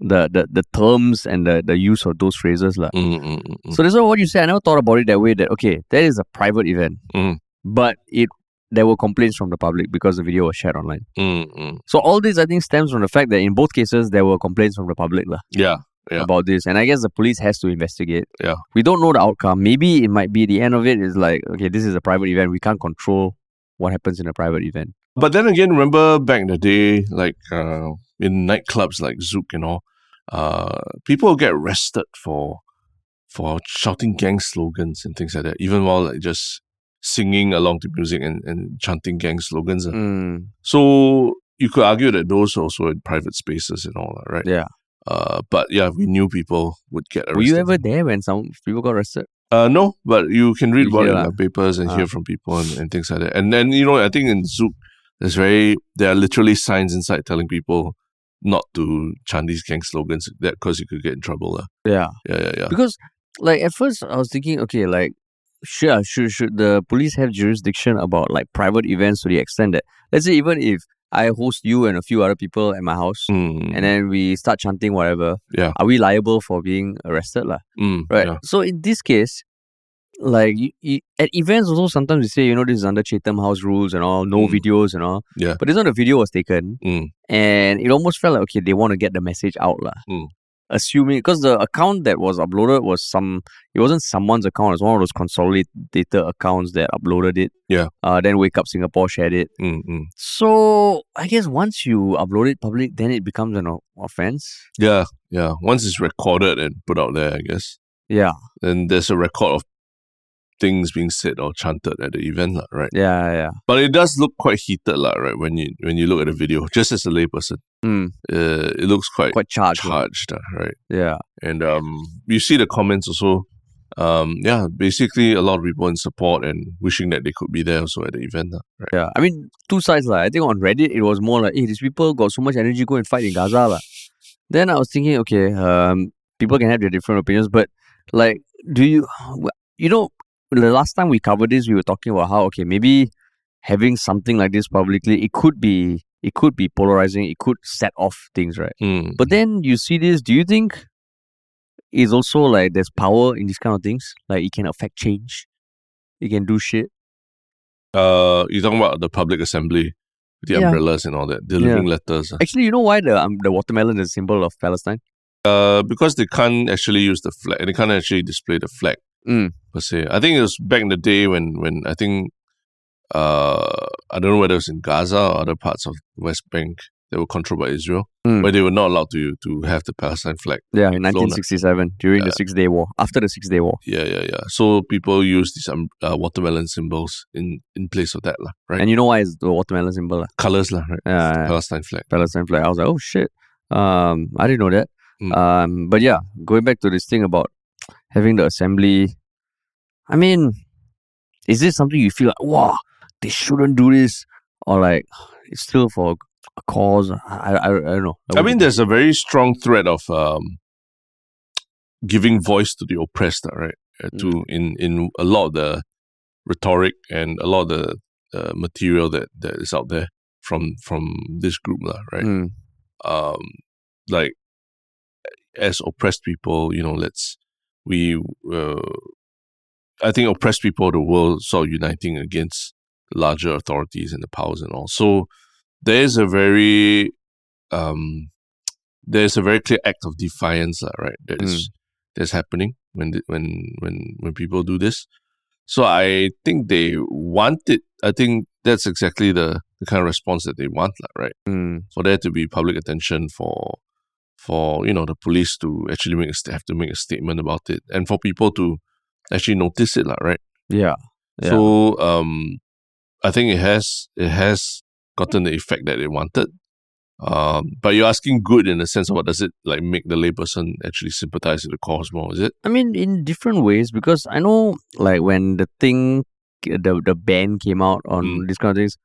[SPEAKER 1] the, the the terms and the, the use of those phrases. lah.
[SPEAKER 2] Mm, mm, mm, mm.
[SPEAKER 1] So that's what you say. I never thought about it that way. That okay, that is a private event,
[SPEAKER 2] Mm.
[SPEAKER 1] but it there were complaints from the public because the video was shared online.
[SPEAKER 2] Mm, mm.
[SPEAKER 1] So all this I think stems from the fact that in both cases there were complaints from the public lah
[SPEAKER 2] Yeah. Yeah.
[SPEAKER 1] about this, and I guess the police has to investigate.
[SPEAKER 2] Yeah.
[SPEAKER 1] we don't know the outcome. Maybe it might be the end of it is like okay, this is a private event. We can't control what happens in a private event.
[SPEAKER 2] But then again, remember back in the day, like uh, in nightclubs like Zouk and all, uh, people would get arrested for for shouting gang slogans and things like that, even while like just singing along to music and, and chanting gang slogans. ah.
[SPEAKER 1] Mm.
[SPEAKER 2] So you could argue that those are also in private spaces and all that, right?
[SPEAKER 1] Yeah.
[SPEAKER 2] Uh, but yeah, we knew people would get arrested.
[SPEAKER 1] Were you ever there when some people got arrested?
[SPEAKER 2] Uh, no, but you can read
[SPEAKER 1] You
[SPEAKER 2] about it
[SPEAKER 1] hear
[SPEAKER 2] in
[SPEAKER 1] lah.
[SPEAKER 2] the papers and
[SPEAKER 1] Ah.
[SPEAKER 2] hear from people and, and things like that. And then you know, I think in Zook, there's very there are literally signs inside telling people not to chant these gang slogans that because you could get in trouble. lah.
[SPEAKER 1] Yeah,
[SPEAKER 2] Yeah, yeah, yeah.
[SPEAKER 1] because like at first I was thinking, okay, like sure, should should the police have jurisdiction about like private events to the extent that let's say even if I host you and a few other people at my house
[SPEAKER 2] Mm,
[SPEAKER 1] and then we start chanting whatever,
[SPEAKER 2] Yeah.
[SPEAKER 1] are we liable for being arrested lah?
[SPEAKER 2] mm,
[SPEAKER 1] Right.
[SPEAKER 2] yeah.
[SPEAKER 1] So in this case, like you, you, at events also sometimes you say you know this is under Chatham House rules and all, no
[SPEAKER 2] Mm.
[SPEAKER 1] videos and all.
[SPEAKER 2] Yeah.
[SPEAKER 1] But this one the video was taken,
[SPEAKER 2] Mm.
[SPEAKER 1] and it almost felt like okay they want to get the message out lah.
[SPEAKER 2] Mm.
[SPEAKER 1] Assuming because the account that was uploaded was some, it wasn't someone's account. It's one of those consolidated accounts that uploaded it.
[SPEAKER 2] Yeah.
[SPEAKER 1] Uh, then Wake Up Singapore shared it.
[SPEAKER 2] Mm, mm.
[SPEAKER 1] So I guess once you upload it public, then it becomes an o- offense.
[SPEAKER 2] Yeah, yeah. Once it's recorded and put out there, I guess,
[SPEAKER 1] Yeah.
[SPEAKER 2] then there's a record of things being said or chanted at the event, lah, right?
[SPEAKER 1] Yeah. Yeah.
[SPEAKER 2] But it does look quite heated, lah, right? When you when you look at the video, just as a layperson,
[SPEAKER 1] Mm,
[SPEAKER 2] uh, it looks quite
[SPEAKER 1] quite charged. lah.
[SPEAKER 2] charged, ah, right?
[SPEAKER 1] Yeah.
[SPEAKER 2] and um, you see the comments also. Um, yeah, basically a lot of people in support and wishing that they could be there also at the event. lah, Right?
[SPEAKER 1] Yeah, I mean, two sides. Like, I think on Reddit, it was more like, hey, these people got so much energy, go and fight in Gaza. lah." Then I was thinking, okay, um, people can have their different opinions, but like, do you, you know, the last time we covered this, we were talking about how, okay, maybe having something like this publicly, it could be, it could be polarizing, it could set off things, right?
[SPEAKER 2] Mm.
[SPEAKER 1] But then you see this, do you think is also like there's power in these kind of things? Like, it can affect change, it can do shit.
[SPEAKER 2] Uh, you're talking about the public assembly, the
[SPEAKER 1] Yeah.
[SPEAKER 2] umbrellas and all that, delivering letters. ah.
[SPEAKER 1] Actually, you know why the um, the watermelon is a symbol of Palestine?
[SPEAKER 2] Uh, because they can't actually use the flag, they can't actually display the flag
[SPEAKER 1] Mm.
[SPEAKER 2] per se. I think it was back in the day when, when I think, uh, I don't know whether it was in Gaza or other parts of West Bank that were controlled by Israel,
[SPEAKER 1] Mm.
[SPEAKER 2] where they were not allowed to to have the Palestine flag.
[SPEAKER 1] Yeah, in
[SPEAKER 2] Flown,
[SPEAKER 1] 1967 during the Six Day War, after the Six Day War,
[SPEAKER 2] Yeah, yeah, yeah. So people use these um, uh, watermelon symbols in in place of that, lah, right?
[SPEAKER 1] and you know why is the watermelon symbol? lah?
[SPEAKER 2] Colors, lah, right?
[SPEAKER 1] Yeah, yeah.
[SPEAKER 2] Palestine flag.
[SPEAKER 1] Palestine flag. I was like, oh shit, um, I didn't know that.
[SPEAKER 2] Mm.
[SPEAKER 1] Um, but yeah, going back to this thing about having the assembly, I mean, is this something you feel like, wow, they shouldn't do this, or like it's still for a cause? I I, I don't know.
[SPEAKER 2] I mean, there's a very strong thread of um, giving voice to the oppressed, lah, right? Uh,
[SPEAKER 1] Mm.
[SPEAKER 2] to in in a lot of the rhetoric and a lot of the uh, material that that is out there from from this group, lah, right?
[SPEAKER 1] Mm,
[SPEAKER 2] um, like as oppressed people, you know, let's we uh, I think oppressed people of the world sort of uniting against larger authorities and the powers and all. So there is a very um, there is a very clear act of defiance, lah, right? That is that's happening when the- when when when people do this. So I think they want it. I think that's exactly the, the kind of response that they want, lah, right?
[SPEAKER 1] mm,
[SPEAKER 2] for there to be public attention for for you know the police to actually make a, st- have to make a statement about it and for people to actually notice it, lah, right?
[SPEAKER 1] Yeah. Yeah.
[SPEAKER 2] So um, I think it has it has gotten the effect that it wanted. Um, but you're asking good in the sense of what does it like make the layperson actually sympathize with the cause more? Is it?
[SPEAKER 1] I mean, in different ways because I know, like when the thing, uh, the the ban came out on
[SPEAKER 2] Mm.
[SPEAKER 1] these kind of things,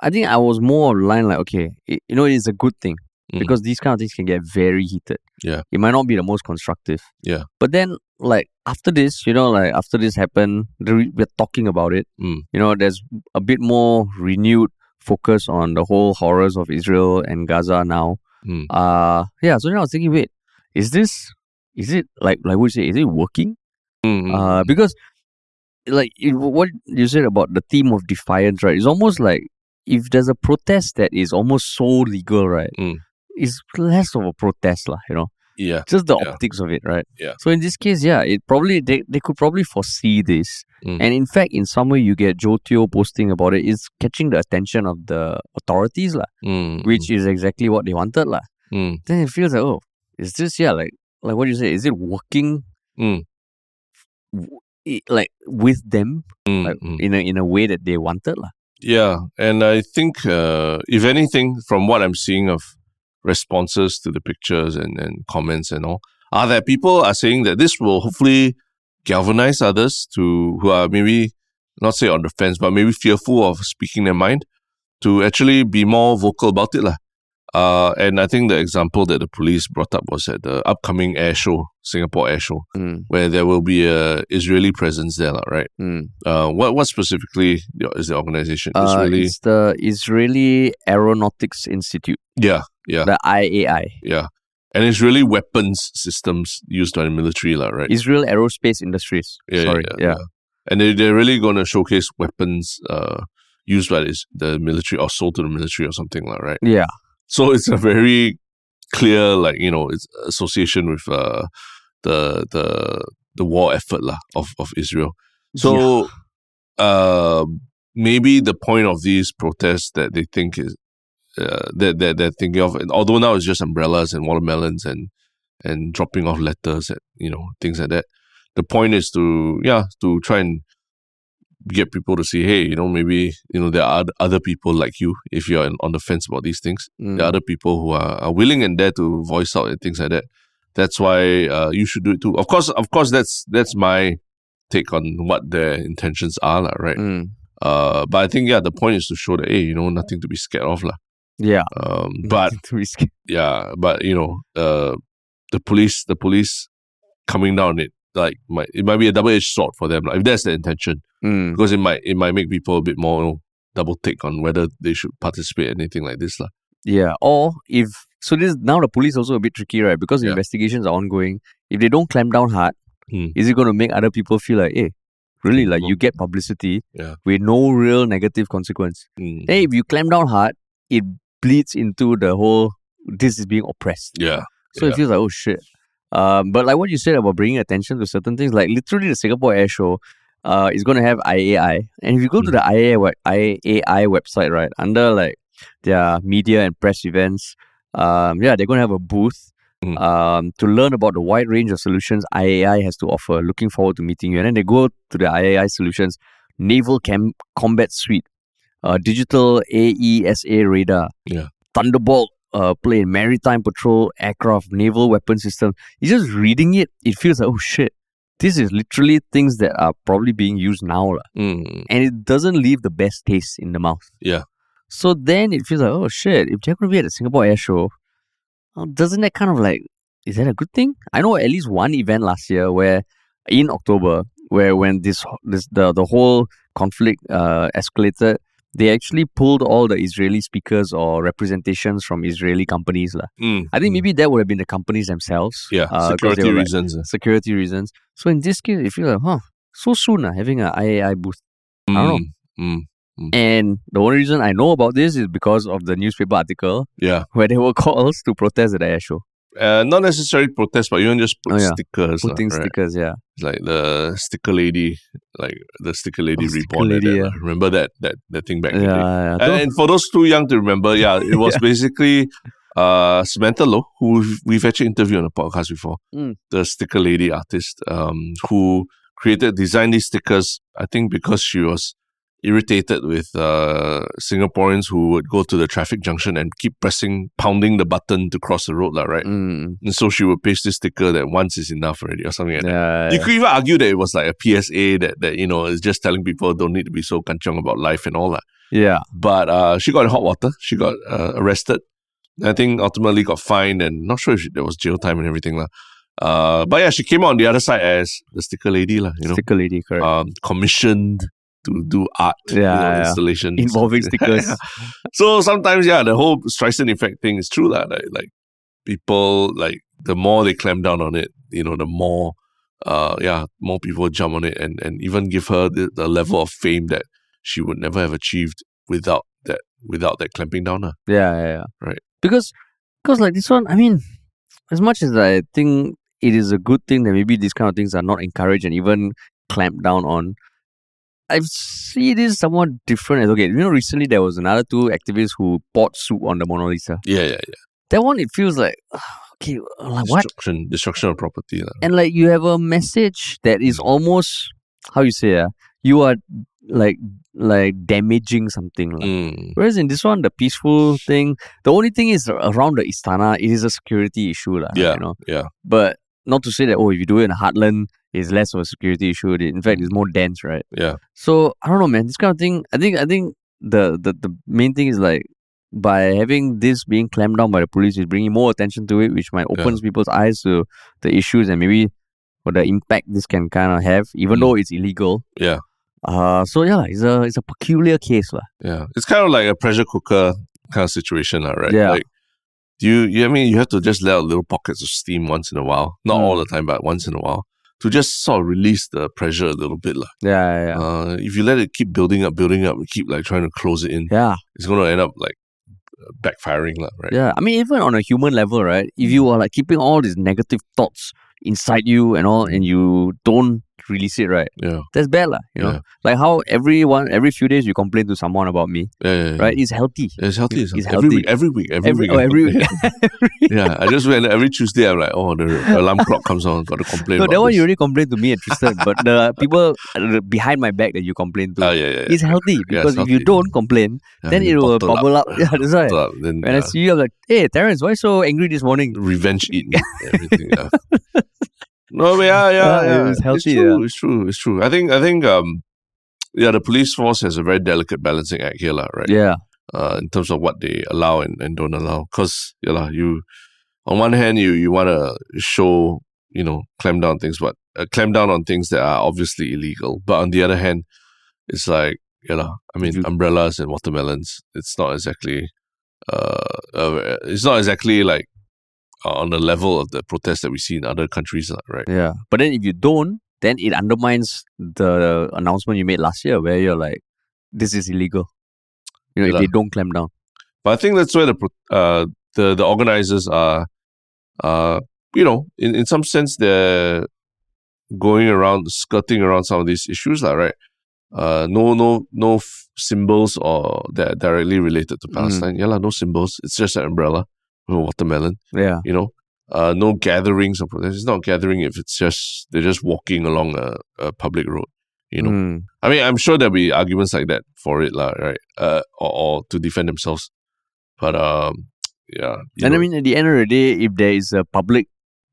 [SPEAKER 1] I think I was more of the line like, okay, it, you know, it's a good thing
[SPEAKER 2] Mm.
[SPEAKER 1] because these kind of things can get very heated.
[SPEAKER 2] Yeah.
[SPEAKER 1] it might not be the most constructive.
[SPEAKER 2] Yeah.
[SPEAKER 1] but then like after this, you know, like after this happened, the re- we're talking about it.
[SPEAKER 2] Mm.
[SPEAKER 1] You know, there's a bit more renewed focus on the whole horrors of Israel and Gaza now
[SPEAKER 2] Mm.
[SPEAKER 1] uh yeah so then i was thinking wait is this is it like like what you say is it working
[SPEAKER 2] Mm,
[SPEAKER 1] uh because like it, what you said about the theme of defiance right it's almost like if there's a protest that is almost so legal right
[SPEAKER 2] Mm.
[SPEAKER 1] it's less of a protest lah you know
[SPEAKER 2] yeah.
[SPEAKER 1] just the
[SPEAKER 2] Yeah.
[SPEAKER 1] optics of it right
[SPEAKER 2] Yeah.
[SPEAKER 1] so in this case yeah it probably they, they could probably foresee this
[SPEAKER 2] Mm.
[SPEAKER 1] and in fact in some way you get jotio posting about it it's catching the attention of the authorities lah
[SPEAKER 2] Mm,
[SPEAKER 1] which is exactly what they wanted lah
[SPEAKER 2] mm,
[SPEAKER 1] then it feels like oh is this yeah like like what do you say is it working
[SPEAKER 2] Mm.
[SPEAKER 1] w- i- like with them
[SPEAKER 2] mm,
[SPEAKER 1] like,
[SPEAKER 2] mm.
[SPEAKER 1] in a in a way that they wanted lah.
[SPEAKER 2] Yeah, and I think uh, if anything, from what I'm seeing of responses to the pictures and, and comments and all, are that people are saying that this will hopefully galvanize others to who are maybe not say on the fence, but maybe fearful of speaking their mind, to actually be more vocal about it lah. Uh, and I think the example that the police brought up was at the upcoming air show, Singapore air show,
[SPEAKER 1] Mm,
[SPEAKER 2] where there will be a Israeli presence there, lah, right?
[SPEAKER 1] mm.
[SPEAKER 2] Uh, what what specifically is the organization?
[SPEAKER 1] Uh,
[SPEAKER 2] Israeli.
[SPEAKER 1] it's the Israeli Aeronautics Institute,
[SPEAKER 2] Yeah, yeah.
[SPEAKER 1] the IAI,
[SPEAKER 2] yeah. And it's really weapons systems used by the military, lah, right?
[SPEAKER 1] Israel Aerospace Industries.
[SPEAKER 2] Yeah,
[SPEAKER 1] Sorry,
[SPEAKER 2] yeah, And they, they're really going to showcase weapons uh, used by this, the military or sold to the military or something, like right?
[SPEAKER 1] yeah,
[SPEAKER 2] So it's a very clear, like, you know, it's association with uh, the the the war effort lah of, of Israel. So uh, maybe the point of these protests that they think is uh, that that they're thinking of, and although now it's just umbrellas and watermelons and and dropping off letters and you know things like that. The point is to yeah to try and get people to see hey you know maybe you know there are oth- other people like you if you're on the fence about these things
[SPEAKER 1] yeah. Mm.
[SPEAKER 2] there are other people who are, are willing and dare to voice out and things like that. That's why uh, you should do it too. Of course, of course, that's that's my take on what their intentions are, lah, right?
[SPEAKER 1] Mm.
[SPEAKER 2] Uh, but I think yeah, the point is to show that hey, you know, nothing to be scared of, lah.
[SPEAKER 1] yeah,
[SPEAKER 2] Um, but
[SPEAKER 1] [LAUGHS] To be scared.
[SPEAKER 2] yeah, but you know, uh, the police, the police coming down it like might it might be a double edged sword for them, like if that's the intention,
[SPEAKER 1] Mm.
[SPEAKER 2] because it might it might make people a bit more you know, double take on whether they should participate in anything like this, lah.
[SPEAKER 1] Yeah, or if so, this now the police also a bit tricky, right? Because the
[SPEAKER 2] Yeah.
[SPEAKER 1] investigations are ongoing. If they don't clamp down hard,
[SPEAKER 2] Hmm.
[SPEAKER 1] is it going to make other people feel like, hey, really, like
[SPEAKER 2] Well-
[SPEAKER 1] you get publicity
[SPEAKER 2] Yeah.
[SPEAKER 1] with no real negative consequence?
[SPEAKER 2] Mm.
[SPEAKER 1] Then if you clamp down hard, it bleeds into the whole this is being oppressed.
[SPEAKER 2] Yeah,
[SPEAKER 1] So
[SPEAKER 2] Yeah.
[SPEAKER 1] it feels like oh shit. Um, but like what you said about bringing attention to certain things, like literally the Singapore Air Show, uh, is going to have IAI, and if you go to
[SPEAKER 2] Mm.
[SPEAKER 1] the IAI, we- IAI website, right under like their media and press events, um, yeah, they're going to have a booth.
[SPEAKER 2] Mm.
[SPEAKER 1] Um, to learn about the wide range of solutions IAI has to offer. Looking forward to meeting you. And then they go to the IAI Solutions Naval Cam- Combat Suite, uh, digital AESA radar,
[SPEAKER 2] Yeah.
[SPEAKER 1] Thunderbolt uh, plane, maritime patrol aircraft, naval weapon system. You just reading it, it feels like oh shit, this is literally things that are probably being used now, lah.
[SPEAKER 2] Mm.
[SPEAKER 1] and it doesn't leave the best taste in the mouth.
[SPEAKER 2] Yeah.
[SPEAKER 1] So then it feels like oh shit, if they're gonna be at the Singapore Air Show, uh, doesn't that kind of like is that a good thing? I know at least one event last year where in October where when this this the the whole conflict uh, escalated, they actually pulled all the Israeli speakers or representations from Israeli companies lah.
[SPEAKER 2] Mm.
[SPEAKER 1] I think maybe that would have been the companies themselves. Uh,
[SPEAKER 2] yeah
[SPEAKER 1] 'cause they
[SPEAKER 2] security
[SPEAKER 1] were like,
[SPEAKER 2] reasons. uh.
[SPEAKER 1] security reasons. So in this case, if you're like, huh, so soon uh, having a IAI booth. I don't know.
[SPEAKER 2] Mm. Mm.
[SPEAKER 1] And the only reason I know about this is because of the newspaper article
[SPEAKER 2] Yeah,
[SPEAKER 1] where there were [LAUGHS] calls to protest at the air show,
[SPEAKER 2] uh, not necessarily protest, but even just put
[SPEAKER 1] Oh, yeah.
[SPEAKER 2] stickers. lah,
[SPEAKER 1] putting
[SPEAKER 2] right?
[SPEAKER 1] stickers. Yeah.
[SPEAKER 2] It's like the sticker lady, like the sticker lady
[SPEAKER 1] Oh, sticker
[SPEAKER 2] reborn. like
[SPEAKER 1] lady,
[SPEAKER 2] that,
[SPEAKER 1] yeah.
[SPEAKER 2] lah. Remember that that that thing back in the day.
[SPEAKER 1] Yeah, yeah.
[SPEAKER 2] And, and for those too young to remember, yeah,
[SPEAKER 1] [LAUGHS]
[SPEAKER 2] it was basically uh, Samantha Low, who we've, we've actually interviewed on the podcast before,
[SPEAKER 1] Mm.
[SPEAKER 2] the sticker lady artist, um, who created designed these stickers. I think because she was irritated with uh, Singaporeans who would go to the traffic junction and keep pressing, pounding the button to cross the road, lah, right?
[SPEAKER 1] Mm.
[SPEAKER 2] And so she would paste this sticker that once is enough already or something like that.
[SPEAKER 1] Yeah,
[SPEAKER 2] You could even argue that it was like a PSA that, that you know, is just telling people don't need to be so kanchong about life and all that.
[SPEAKER 1] yeah.
[SPEAKER 2] But uh, she got in hot water. She got uh, arrested. I think ultimately got fined and not sure if she, there was jail time and everything. lah. Uh, but yeah, she came out on the other side as the sticker lady, lah. you know,
[SPEAKER 1] sticker lady, correct?
[SPEAKER 2] um, commissioned to do art you
[SPEAKER 1] Yeah,
[SPEAKER 2] know,
[SPEAKER 1] yeah.
[SPEAKER 2] installations. [LAUGHS]
[SPEAKER 1] Involving stickers.
[SPEAKER 2] So sometimes, yeah, the whole Streisand effect thing is true. lah. Like, like people, like the more they clamp down on it, you know, the more, uh, yeah, more people jump on it and, and even give her the, the level of fame that she would never have achieved without that, without that clamping down. lah.
[SPEAKER 1] Yeah, yeah, yeah.
[SPEAKER 2] Right.
[SPEAKER 1] Because, because like this one, I mean, as much as I think it is a good thing that maybe these kind of things are not encouraged and even clamped down on, I see it is somewhat different. As okay, you know, recently there was another two activists who bought soup on the Mona Lisa.
[SPEAKER 2] Yeah, yeah, yeah.
[SPEAKER 1] That one, it feels like [SIGHS] okay, uh, like what?
[SPEAKER 2] Destruction, destruction of property. lah.
[SPEAKER 1] and like you have a message that is almost how you say uh, you are like like damaging something like.
[SPEAKER 2] Mm.
[SPEAKER 1] whereas in this one the peaceful thing the only thing is around the istana it is a security issue lah.
[SPEAKER 2] Yeah,
[SPEAKER 1] you know
[SPEAKER 2] yeah.
[SPEAKER 1] but not to say that oh if you do it in heartland it's less of a security issue in fact it's more dense right
[SPEAKER 2] Yeah.
[SPEAKER 1] so I don't know, man. This kind of thing, I think, I think the the, the main thing is like by having this being clamped down by the police is bringing more attention to it, which might
[SPEAKER 2] Yeah.
[SPEAKER 1] opens people's eyes to the issues and maybe what the impact this can kind of have, even
[SPEAKER 2] Mm.
[SPEAKER 1] though it's illegal.
[SPEAKER 2] Yeah.
[SPEAKER 1] Uh, so yeah, it's a it's a peculiar case, lah.
[SPEAKER 2] Yeah, it's kind of like a pressure cooker kind of situation, lah, right?
[SPEAKER 1] Yeah.
[SPEAKER 2] Like, you, you, I mean, you have to just let out little pockets of steam once in a while, not
[SPEAKER 1] Mm.
[SPEAKER 2] all the time, but once in a while, to just sort of release the pressure a little bit, lah.
[SPEAKER 1] Yeah, yeah, yeah.
[SPEAKER 2] Uh, if you let it keep building up, building up, and keep like trying to close it in,
[SPEAKER 1] yeah,
[SPEAKER 2] it's going to end up like backfiring, lah, right?
[SPEAKER 1] yeah. I mean, even on a human level, right? If you are like keeping all these negative thoughts inside you and all, and you don't release it, right?
[SPEAKER 2] Yeah,
[SPEAKER 1] That's bad, lah. You know,
[SPEAKER 2] Yeah.
[SPEAKER 1] like how everyone every few days you complain to someone about me.
[SPEAKER 2] yeah, yeah, yeah.
[SPEAKER 1] right? It's healthy.
[SPEAKER 2] It's healthy. It's,
[SPEAKER 1] It's
[SPEAKER 2] healthy. Every
[SPEAKER 1] healthy.
[SPEAKER 2] week, every week, every,
[SPEAKER 1] Every-
[SPEAKER 2] week.
[SPEAKER 1] oh,
[SPEAKER 2] I
[SPEAKER 1] every [LAUGHS]
[SPEAKER 2] complain. [LAUGHS] yeah, I just went every Tuesday. I'm like, oh, the alarm clock comes on. Got to complain.
[SPEAKER 1] No,
[SPEAKER 2] about
[SPEAKER 1] that one
[SPEAKER 2] this.
[SPEAKER 1] you already complained to me at Tristan, but the people uh, behind my back that you complain to,
[SPEAKER 2] Ah, [LAUGHS] yeah, yeah, yeah.
[SPEAKER 1] it's healthy
[SPEAKER 2] Yeah,
[SPEAKER 1] because
[SPEAKER 2] it's
[SPEAKER 1] if you
[SPEAKER 2] healthy.
[SPEAKER 1] don't complain,
[SPEAKER 2] Yeah,
[SPEAKER 1] then it
[SPEAKER 2] you
[SPEAKER 1] will
[SPEAKER 2] bottle up.
[SPEAKER 1] bubble up. [LAUGHS] Yeah, that's right.
[SPEAKER 2] [LAUGHS] Bottle up, Then,
[SPEAKER 1] When I
[SPEAKER 2] yeah.
[SPEAKER 1] see you, I'm like, hey, Terrence, why so angry this morning?
[SPEAKER 2] revenge eat me,
[SPEAKER 1] [LAUGHS]
[SPEAKER 2] everything. yeah. No, but yeah, yeah,
[SPEAKER 1] Yeah,
[SPEAKER 2] yeah.
[SPEAKER 1] it's healthy,
[SPEAKER 2] It's true. It's true. It's true. I think. I think. Um, yeah, the police force has a very delicate balancing act here, lah, right?
[SPEAKER 1] Yeah,
[SPEAKER 2] Uh, in terms of what they allow and, and don't allow, because yeah, lah, you on one hand you you want to show you know clamp down things, but uh, clamp down on things that are obviously illegal, but on the other hand, it's like yeah, lah. I mean
[SPEAKER 1] You-
[SPEAKER 2] umbrellas and watermelons. It's not exactly. Uh, uh, it's not exactly like uh, on the level of the protests that we see in other countries, lah, right?
[SPEAKER 1] yeah. But then if you don't, then it undermines the announcement you made last year where you're like, this is illegal. You know,
[SPEAKER 2] Yeah
[SPEAKER 1] if they don't clamp down.
[SPEAKER 2] But I think that's where the pro- uh, the the organizers are, uh, you know, in, in some sense they're going around skirting around some of these issues, lah, right? Uh, no, no, no f- symbols or that are directly related to Palestine. Yeah, lah, no symbols. It's just an umbrella, no watermelon.
[SPEAKER 1] Yeah,
[SPEAKER 2] you know uh, no gatherings or protests. It's not gathering if it's just they're just walking along a, a public road. You know,
[SPEAKER 1] Mm.
[SPEAKER 2] I mean, I'm sure there'll be arguments like that for it, lah, right? Uh, or, or to defend themselves, but um, yeah, you
[SPEAKER 1] and
[SPEAKER 2] know,
[SPEAKER 1] I mean, at the end of the day, if there is a public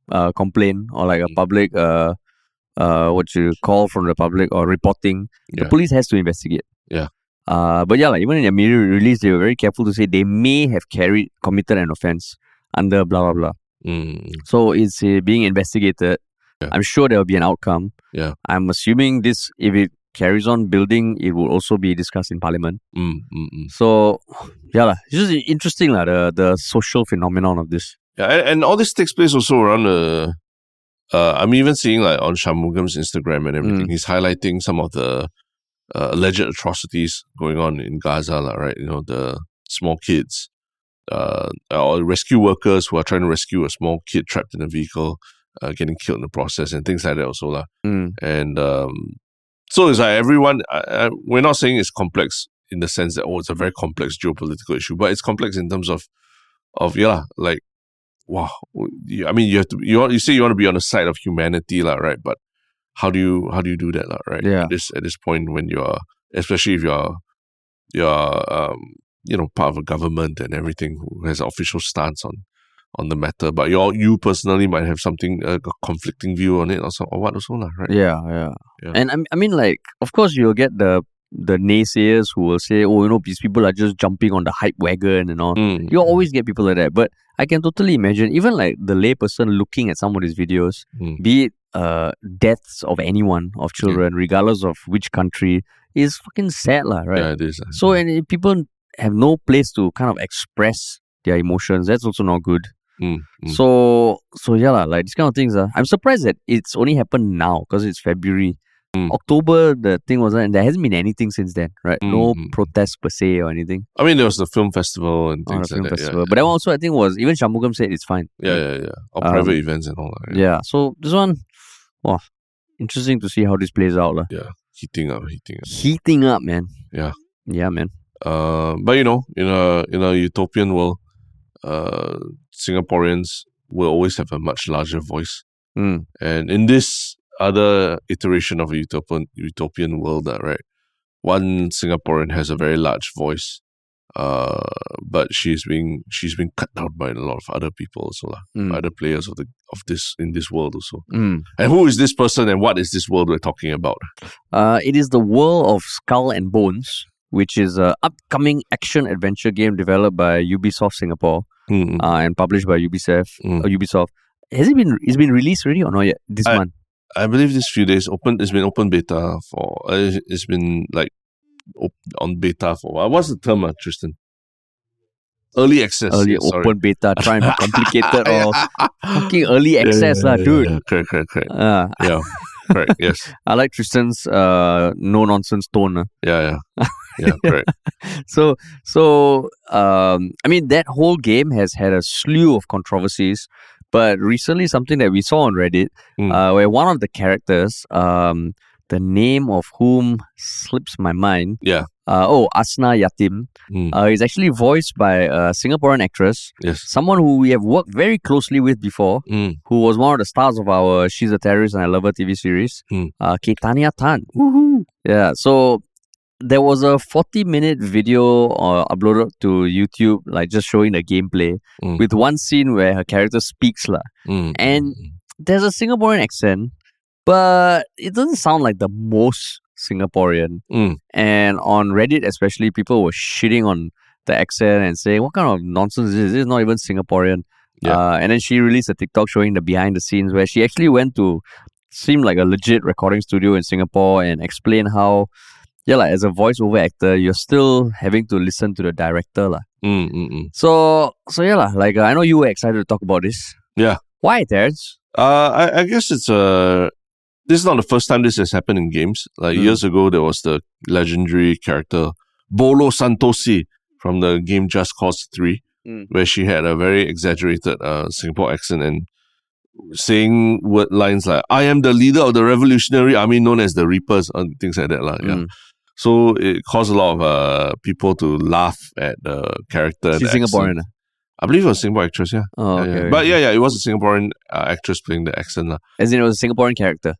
[SPEAKER 1] uh, complaint or like a
[SPEAKER 2] Mm.
[SPEAKER 1] public uh, uh, what you call from the public or reporting,
[SPEAKER 2] Yeah.
[SPEAKER 1] the police has to investigate.
[SPEAKER 2] Yeah.
[SPEAKER 1] Uh, but yeah, like even in their media release, they were very careful to say they may have carried committed an offense under blah blah blah.
[SPEAKER 2] mm,
[SPEAKER 1] So it's uh, being investigated.
[SPEAKER 2] Yeah.
[SPEAKER 1] I'm sure there will be an outcome.
[SPEAKER 2] Yeah.
[SPEAKER 1] I'm assuming this if it carries on building, it will also be discussed in parliament.
[SPEAKER 2] mm, mm, mm.
[SPEAKER 1] So yeah, lah, it's just interesting lah the the social phenomenon of this.
[SPEAKER 2] yeah, and, and all this takes place also around the. Uh, I'm even seeing like on Shamugam's Instagram and
[SPEAKER 1] Mm.
[SPEAKER 2] everything, he's highlighting some of the uh, alleged atrocities going on in Gaza, lah, right? You know, the small kids, uh, or rescue workers who are trying to rescue a small kid trapped in a vehicle, uh, getting killed in the process, and things like that also, lah.
[SPEAKER 1] Mm.
[SPEAKER 2] And um, so it's like everyone. I, I, we're not saying it's complex in the sense that oh, it's a very complex geopolitical issue, but it's complex in terms of of yeah, lah, like wow. you- I mean, you have to you want, you say you want to be on the side of humanity, lah, right? But how do you how do you do that, lah, right?
[SPEAKER 1] Yeah.
[SPEAKER 2] At this at this point when you're especially if you're you're um you know part of a government and everything who has official stance on on the matter, but you you personally might have something uh, a conflicting view on it or so or what also, lah, right?
[SPEAKER 1] Yeah, yeah.
[SPEAKER 2] Yeah.
[SPEAKER 1] And I, I mean, like, of course, you'll get the the naysayers who will say, "Oh, you know, these people are just jumping on the hype wagon and all."
[SPEAKER 2] Mm.
[SPEAKER 1] You always get people like that, but I can totally imagine, even like the layperson looking at some of these videos,
[SPEAKER 2] Mm.
[SPEAKER 1] be it uh, deaths of anyone of children, regardless of which country, is fucking sad, lah. Right.
[SPEAKER 2] Yeah, it is. lah.
[SPEAKER 1] So, and if people have no place to kind of express their emotions. That's also not good.
[SPEAKER 2] Mm, mm.
[SPEAKER 1] So, so yeah, lah, like these kind of things. Uh, I'm surprised that it's only happened now because it's February.
[SPEAKER 2] Mm.
[SPEAKER 1] October, the thing wasn't, and there hasn't been anything since then, right? No
[SPEAKER 2] Mm, mm, mm.
[SPEAKER 1] protest per se or anything
[SPEAKER 2] I mean, there was the film festival and
[SPEAKER 1] on Oh, the
[SPEAKER 2] things
[SPEAKER 1] film
[SPEAKER 2] like that. yeah,
[SPEAKER 1] festival.
[SPEAKER 2] yeah.
[SPEAKER 1] But that one also, I think, was even Shamugam said it's fine.
[SPEAKER 2] Yeah, yeah, yeah. Or
[SPEAKER 1] Um,
[SPEAKER 2] private events and all that. Yeah.
[SPEAKER 1] Yeah. So this one, wow, interesting to see how this plays out, lah.
[SPEAKER 2] Heating up, heating up.
[SPEAKER 1] Heating up, man.
[SPEAKER 2] Yeah.
[SPEAKER 1] Yeah, man.
[SPEAKER 2] Uh, but you know, in a in a utopian world, uh, Singaporeans will always have a much larger voice.
[SPEAKER 1] Mm.
[SPEAKER 2] And in this other iteration of a utopian utopian world, uh, right, one Singaporean has a very large voice. Uh, but she's being she's being cut down by a lot of other people also lah, by
[SPEAKER 1] Mm.
[SPEAKER 2] other players of the of this in this world also.
[SPEAKER 1] Mm.
[SPEAKER 2] And who is this person and what is this world we're talking about?
[SPEAKER 1] Uh, it is the World of Skull and Bones, which is an upcoming action adventure game developed by Ubisoft Singapore
[SPEAKER 2] Mm,
[SPEAKER 1] uh, and published by Ubisoft.
[SPEAKER 2] Mm.
[SPEAKER 1] Uh, Ubisoft has it been? It's been released already or not yet? This
[SPEAKER 2] I-
[SPEAKER 1] month.
[SPEAKER 2] I believe this few days open. It's been open beta for. uh, It's it's been like op- on beta for. a while. What's the term, uh, Tristan? Early access.
[SPEAKER 1] Early
[SPEAKER 2] yeah, sorry.
[SPEAKER 1] open beta, trying
[SPEAKER 2] [LAUGHS]
[SPEAKER 1] to complicate it or
[SPEAKER 2] Yeah,
[SPEAKER 1] fucking early access,
[SPEAKER 2] yeah,
[SPEAKER 1] lah,
[SPEAKER 2] yeah,
[SPEAKER 1] dude.
[SPEAKER 2] yeah, correct, correct, correct.
[SPEAKER 1] Uh,
[SPEAKER 2] Yeah, correct. Yes.
[SPEAKER 1] I like Tristan's uh, no nonsense tone. ah.
[SPEAKER 2] Yeah,
[SPEAKER 1] [LAUGHS]
[SPEAKER 2] yeah, yeah. Correct.
[SPEAKER 1] so so um i mean that whole game has had a slew of controversies but recently something that we saw on reddit
[SPEAKER 2] Mm.
[SPEAKER 1] uh, where one of the characters um the name of whom slips my mind
[SPEAKER 2] Yeah.
[SPEAKER 1] uh, oh asna yatim
[SPEAKER 2] Mm.
[SPEAKER 1] uh, is actually voiced by a singaporean actress
[SPEAKER 2] Yes.
[SPEAKER 1] someone who we have worked very closely with before
[SPEAKER 2] Mm.
[SPEAKER 1] who was one of the stars of our She's a Terrorist and I Love Her TV series,
[SPEAKER 2] Hmm.
[SPEAKER 1] uh, Ketania Tan. Yeah, so there was a 40 minute video uh, uploaded to YouTube, like just showing the gameplay
[SPEAKER 2] Mm.
[SPEAKER 1] with one scene where her character speaks. lah.
[SPEAKER 2] Mm.
[SPEAKER 1] And- There's a Singaporean accent, but it doesn't sound like the most Singaporean.
[SPEAKER 2] Mm.
[SPEAKER 1] And on Reddit, especially, people were shitting on the accent and saying, What kind of nonsense is this? This is not even Singaporean.
[SPEAKER 2] Yeah.
[SPEAKER 1] Uh, and then she released a TikTok showing the behind the scenes where she actually went to seemed like a legit recording studio in Singapore and explained how, yeah, like as a voiceover actor, you're still having to listen to the director. lah.
[SPEAKER 2] Mm. Mm. Mm.
[SPEAKER 1] So, so yeah, lah. like uh, I know you were excited to talk about this.
[SPEAKER 2] Yeah.
[SPEAKER 1] Why, Terrence?
[SPEAKER 2] Uh, I, I guess it's Uh, this is not the first time this has happened in games. Like
[SPEAKER 1] Mm.
[SPEAKER 2] years ago, there was the legendary character Bolo Santosi from the game Just Cause Three,
[SPEAKER 1] Mm.
[SPEAKER 2] where she had a very exaggerated uh, Singapore accent and saying word lines like "I am the leader of the Revolutionary Army, known as the Reapers" and things like that. Like, yeah.
[SPEAKER 1] Mm.
[SPEAKER 2] So it caused a lot of uh, people to laugh at the character. and
[SPEAKER 1] She's
[SPEAKER 2] the accent.
[SPEAKER 1] Singaporean. ah?
[SPEAKER 2] I believe it was a Singapore actress. Yeah,
[SPEAKER 1] Oh,
[SPEAKER 2] Yeah,
[SPEAKER 1] okay.
[SPEAKER 2] yeah.
[SPEAKER 1] okay.
[SPEAKER 2] but yeah, yeah, it was a Singaporean uh, actress playing the accent. lah.
[SPEAKER 1] As in, it was a Singaporean character.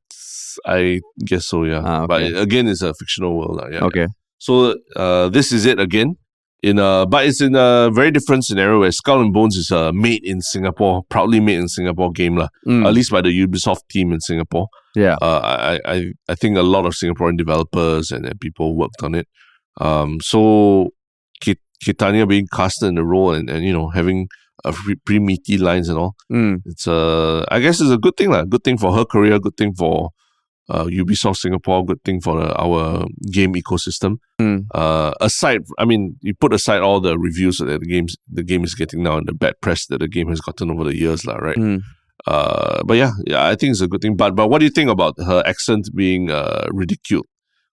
[SPEAKER 2] I guess so, yeah.
[SPEAKER 1] Ah,
[SPEAKER 2] But
[SPEAKER 1] okay.
[SPEAKER 2] again, it's a fictional world, lah, yeah.
[SPEAKER 1] Okay.
[SPEAKER 2] So uh, this is it again. In a, but it's in a very different scenario where Skull and Bones is a made in Singapore, proudly made in Singapore game, lah.
[SPEAKER 1] Mm.
[SPEAKER 2] At least by the Ubisoft team in Singapore.
[SPEAKER 1] Yeah.
[SPEAKER 2] Uh, I, I- I, I think a lot of Singaporean developers and, uh, people worked on it. Um, so Kit- Kitania being cast in the role and, and you know having a pre- pretty meaty lines and all
[SPEAKER 1] Mm.
[SPEAKER 2] it's a I guess it's a good thing lah. Good thing for her career. Good thing for uh, Ubisoft Singapore. Good thing for uh, our game ecosystem.
[SPEAKER 1] Mm.
[SPEAKER 2] Uh, aside, I mean, you put aside all the reviews that the games the game is getting now and the bad press that the game has gotten over the years, lah. Right.
[SPEAKER 1] Mm.
[SPEAKER 2] Uh, but yeah, yeah, I think it's a good thing. But but what do you think about her accent being uh, ridiculed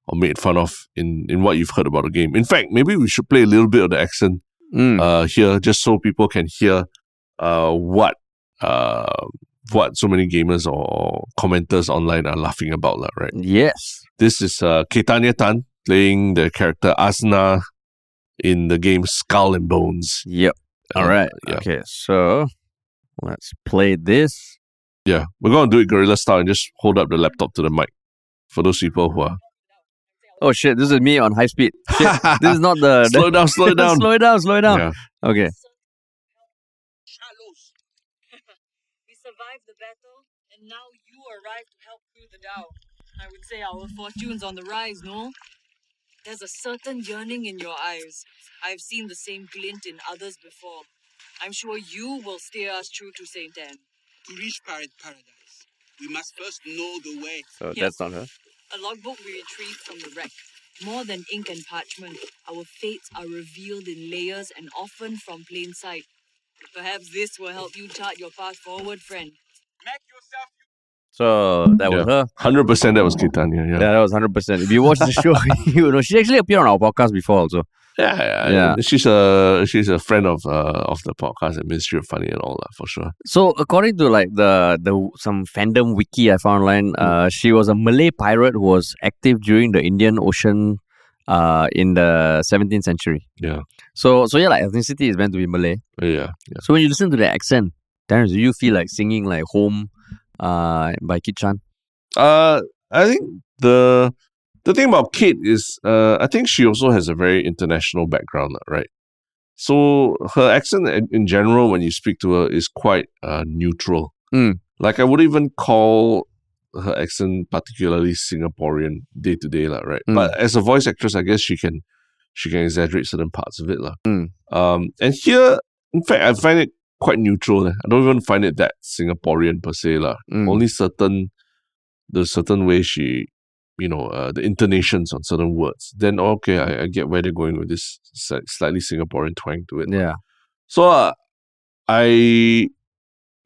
[SPEAKER 2] or made fun of in in what you've heard about the game? In fact, maybe we should play a little bit of the accent
[SPEAKER 1] Mm.
[SPEAKER 2] uh, here, just so people can hear uh, what uh, what so many gamers or commenters online are laughing about, lah, right?
[SPEAKER 1] yes.
[SPEAKER 2] This is uh, Ketania Tan playing the character Asna in the game Skull and Bones.
[SPEAKER 1] Yep. All
[SPEAKER 2] Uh,
[SPEAKER 1] right.
[SPEAKER 2] yeah.
[SPEAKER 1] Okay. So let's play this.
[SPEAKER 2] Yeah, we're going to do it guerrilla style and just hold up the laptop to the mic for those people who are.
[SPEAKER 1] Oh shit! This is me on high speed. Shit,
[SPEAKER 2] [LAUGHS]
[SPEAKER 1] this is not the.
[SPEAKER 2] slow down, slow
[SPEAKER 1] [LAUGHS]
[SPEAKER 2] it down.
[SPEAKER 1] slow it down. Slow it down.
[SPEAKER 2] Yeah.
[SPEAKER 1] Okay.
[SPEAKER 3] [LAUGHS] Shalos. we survived the battle, and now you arrive to help through the Tao. I would say our fortune's on the rise, no? There's a certain yearning in your eyes. I've seen the same glint in others before. I'm sure you will steer us true to Saint Anne.
[SPEAKER 4] To reach Pirate Paradise, we must first know the way.
[SPEAKER 1] Oh,
[SPEAKER 3] Yeah.
[SPEAKER 1] that's not her.
[SPEAKER 3] A logbook we retrieved from the wreck. More than ink and parchment, our fates are revealed in layers and often from plain sight. Perhaps this will help you chart your path forward, friend.
[SPEAKER 4] Make yourself
[SPEAKER 1] So that was her.
[SPEAKER 2] 100% that was Kitania. Yeah.
[SPEAKER 1] Yeah, that was hundred percent. If you watch the show, [LAUGHS] you know she actually appeared on our podcast before. Also,
[SPEAKER 2] Yeah, yeah,
[SPEAKER 1] Yeah.
[SPEAKER 2] yeah. She's a she's a friend of uh, of the podcast and Ministry of Funny and all that for sure.
[SPEAKER 1] so according to like the the some fandom wiki I found
[SPEAKER 2] Mm.
[SPEAKER 1] online, uh, she was a Malay pirate who was active during the Indian Ocean, uh, in the seventeenth century.
[SPEAKER 2] Yeah.
[SPEAKER 1] So so yeah, like ethnicity is meant to be Malay.
[SPEAKER 2] Yeah, yeah.
[SPEAKER 1] So when you listen to the accent, Terrence, do you feel like singing like "Home" uh, by Kit Chan?
[SPEAKER 2] Uh, I think the the thing about Kate is, uh, I think she also has a very international background, lah, right? So her accent in, in general, when you speak to her, is quite uh, neutral.
[SPEAKER 1] Mm.
[SPEAKER 2] Like I wouldn't even call her accent particularly Singaporean day to day, lah, right?
[SPEAKER 1] Mm.
[SPEAKER 2] But as a voice actress, I guess she can she can exaggerate certain parts of it, lah.
[SPEAKER 1] Mm.
[SPEAKER 2] Um, and here, in fact, I find it quite neutral. leh. I don't even find it that Singaporean per se, lah
[SPEAKER 1] Mm.
[SPEAKER 2] only certain the certain way she you know uh, the intonations on certain words then okay I, I get where they're going with this sli- slightly singaporean twang to it
[SPEAKER 1] Yeah.
[SPEAKER 2] so uh, i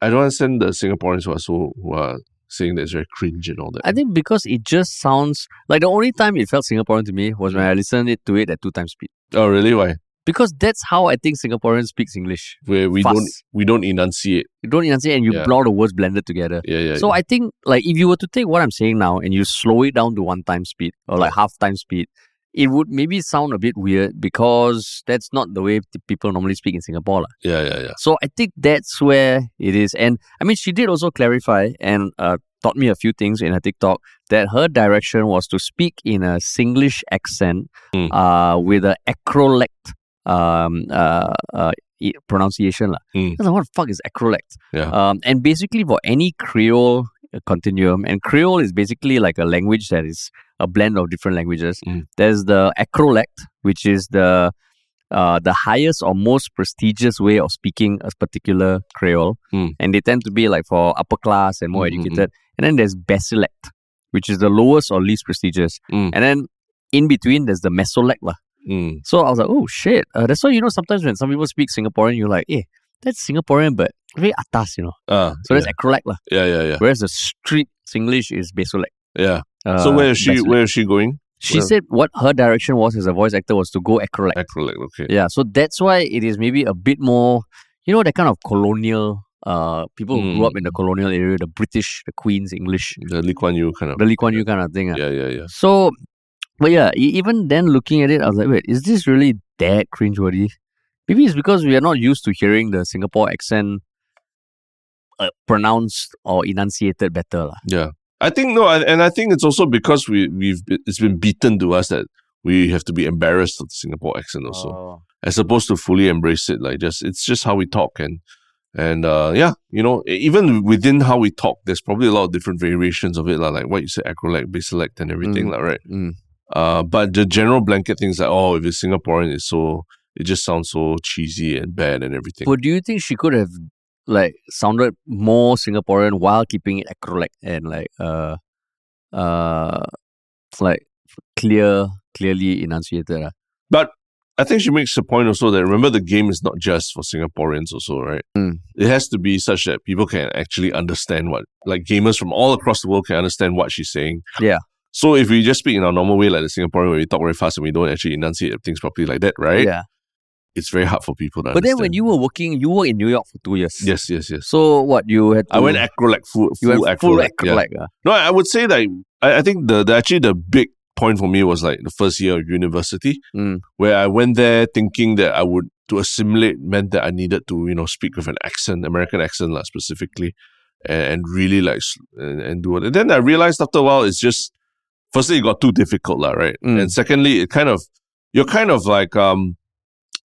[SPEAKER 2] i don't understand the singaporeans who are so who are saying that it's very cringe and all that
[SPEAKER 1] I think because it just sounds like the only time it felt Singaporean to me was when
[SPEAKER 2] Mm.
[SPEAKER 1] I listened it to it at two times speed.
[SPEAKER 2] oh really why
[SPEAKER 1] Because that's how I think Singaporeans speaks English.
[SPEAKER 2] where we don't
[SPEAKER 1] Fast.
[SPEAKER 2] we don't enunciate
[SPEAKER 1] You don't enunciate and you
[SPEAKER 2] Yeah.
[SPEAKER 1] blow the words blended together.
[SPEAKER 2] yeah yeah
[SPEAKER 1] So I think like if you were to take what I'm saying now and you slow it down to one time speed or like half time speed, it would maybe sound a bit weird because that's not the way the people normally speak in Singapore. lah.
[SPEAKER 2] yeah yeah yeah
[SPEAKER 1] So I think that's where it is. And I mean, she did also clarify and uh, taught me a few things in her TikTok that her direction was to speak in a Singlish accent
[SPEAKER 2] Mm.
[SPEAKER 1] uh, with an acrolect um, uh, uh, i- pronunciation. lah.
[SPEAKER 2] Mm.
[SPEAKER 1] I was like, what the fuck is acrolect?
[SPEAKER 2] Yeah.
[SPEAKER 1] Um, and basically, for any Creole uh, continuum, and Creole is basically like a language that is a blend of different languages.
[SPEAKER 2] Mm.
[SPEAKER 1] There's the acrolect, which is the uh, the highest or most prestigious way of speaking a particular Creole,
[SPEAKER 2] Mm.
[SPEAKER 1] and they tend to be like for upper class and more
[SPEAKER 2] Mm, mm, mm.
[SPEAKER 1] educated. And then there's Basilect, which is the lowest or least prestigious.
[SPEAKER 2] Mm.
[SPEAKER 1] And then in between, there's the Mesolect. lah.
[SPEAKER 2] Mm.
[SPEAKER 1] So I was like, oh shit. Uh, that's why, you know, sometimes when some people speak Singaporean, you're like, eh, that's Singaporean, but very atas, you know.
[SPEAKER 2] Uh,
[SPEAKER 1] So that's acrolect. lah.
[SPEAKER 2] yeah yeah yeah
[SPEAKER 1] Whereas the street Singlish is Basolect.
[SPEAKER 2] yeah, yeah.
[SPEAKER 1] Uh,
[SPEAKER 2] so where is she
[SPEAKER 1] Basilect.
[SPEAKER 2] where is she going
[SPEAKER 1] She
[SPEAKER 2] where-
[SPEAKER 1] said what her direction was as a voice actor was to go acrolect.
[SPEAKER 2] acrylic okay
[SPEAKER 1] Yeah, so that's why it is maybe a bit more, you know, that kind of colonial. Uh, people
[SPEAKER 2] Hmm.
[SPEAKER 1] who grew up in the colonial area, the British, the Queen's English,
[SPEAKER 2] the Lee Kuan Yew kind of
[SPEAKER 1] the Lee Kuan Yew kind of thing. ah.
[SPEAKER 2] yeah yeah yeah
[SPEAKER 1] So, but yeah, e- even then looking at it, I was like, wait, is this really that cringeworthy? Maybe it's because we are not used to hearing the Singapore accent uh, pronounced or enunciated better. lah.
[SPEAKER 2] Yeah, I think no, and, and I think it's also because we we've be- it's been beaten to us that we have to be embarrassed of the Singapore accent also,
[SPEAKER 1] Oh.
[SPEAKER 2] as opposed to fully embrace it. Like just it's just how we talk and and uh yeah, you know, e- even within how we talk, there's probably a lot of different variations of it, lah. like what you said, acrolect, baselect, and everything,
[SPEAKER 1] Mm.
[SPEAKER 2] lah, right?
[SPEAKER 1] Mm.
[SPEAKER 2] Uh, but the general blanket things like oh, if it's Singaporean, it's so it just sounds so cheesy and bad and everything.
[SPEAKER 1] But do you think she could have like sounded more Singaporean while keeping it acrolect and like uh uh like clear clearly enunciated? ah?
[SPEAKER 2] But I think she makes a point also that remember the game is not just for Singaporeans also, right?
[SPEAKER 1] Mm.
[SPEAKER 2] It has to be such that people can actually understand what like gamers from all across the world can understand what she's saying.
[SPEAKER 1] Yeah.
[SPEAKER 2] So if we just speak in our normal way like the Singaporean where we talk very fast and we don't actually enunciate things properly like that, right?
[SPEAKER 1] Yeah.
[SPEAKER 2] It's very hard for people to
[SPEAKER 1] But then when you were working, you were in New York for two years.
[SPEAKER 2] Yes, yes, yes.
[SPEAKER 1] So what you had? To,
[SPEAKER 2] I went acro like full
[SPEAKER 1] you
[SPEAKER 2] full uh,
[SPEAKER 1] went full
[SPEAKER 2] acro. yeah.
[SPEAKER 1] acrolect. ah.
[SPEAKER 2] No, I I would say that I, I think the, the actually the big point for me was like the first year of university
[SPEAKER 1] Mm.
[SPEAKER 2] where I went there thinking that I would to assimilate meant that I needed to you know speak with an accent, American accent lah specifically, and, and really like s- and, and do it. And then I realized after a while, it's just firstly it got too difficult, lah, right?
[SPEAKER 1] Mm.
[SPEAKER 2] And secondly, it kind of you're kind of like um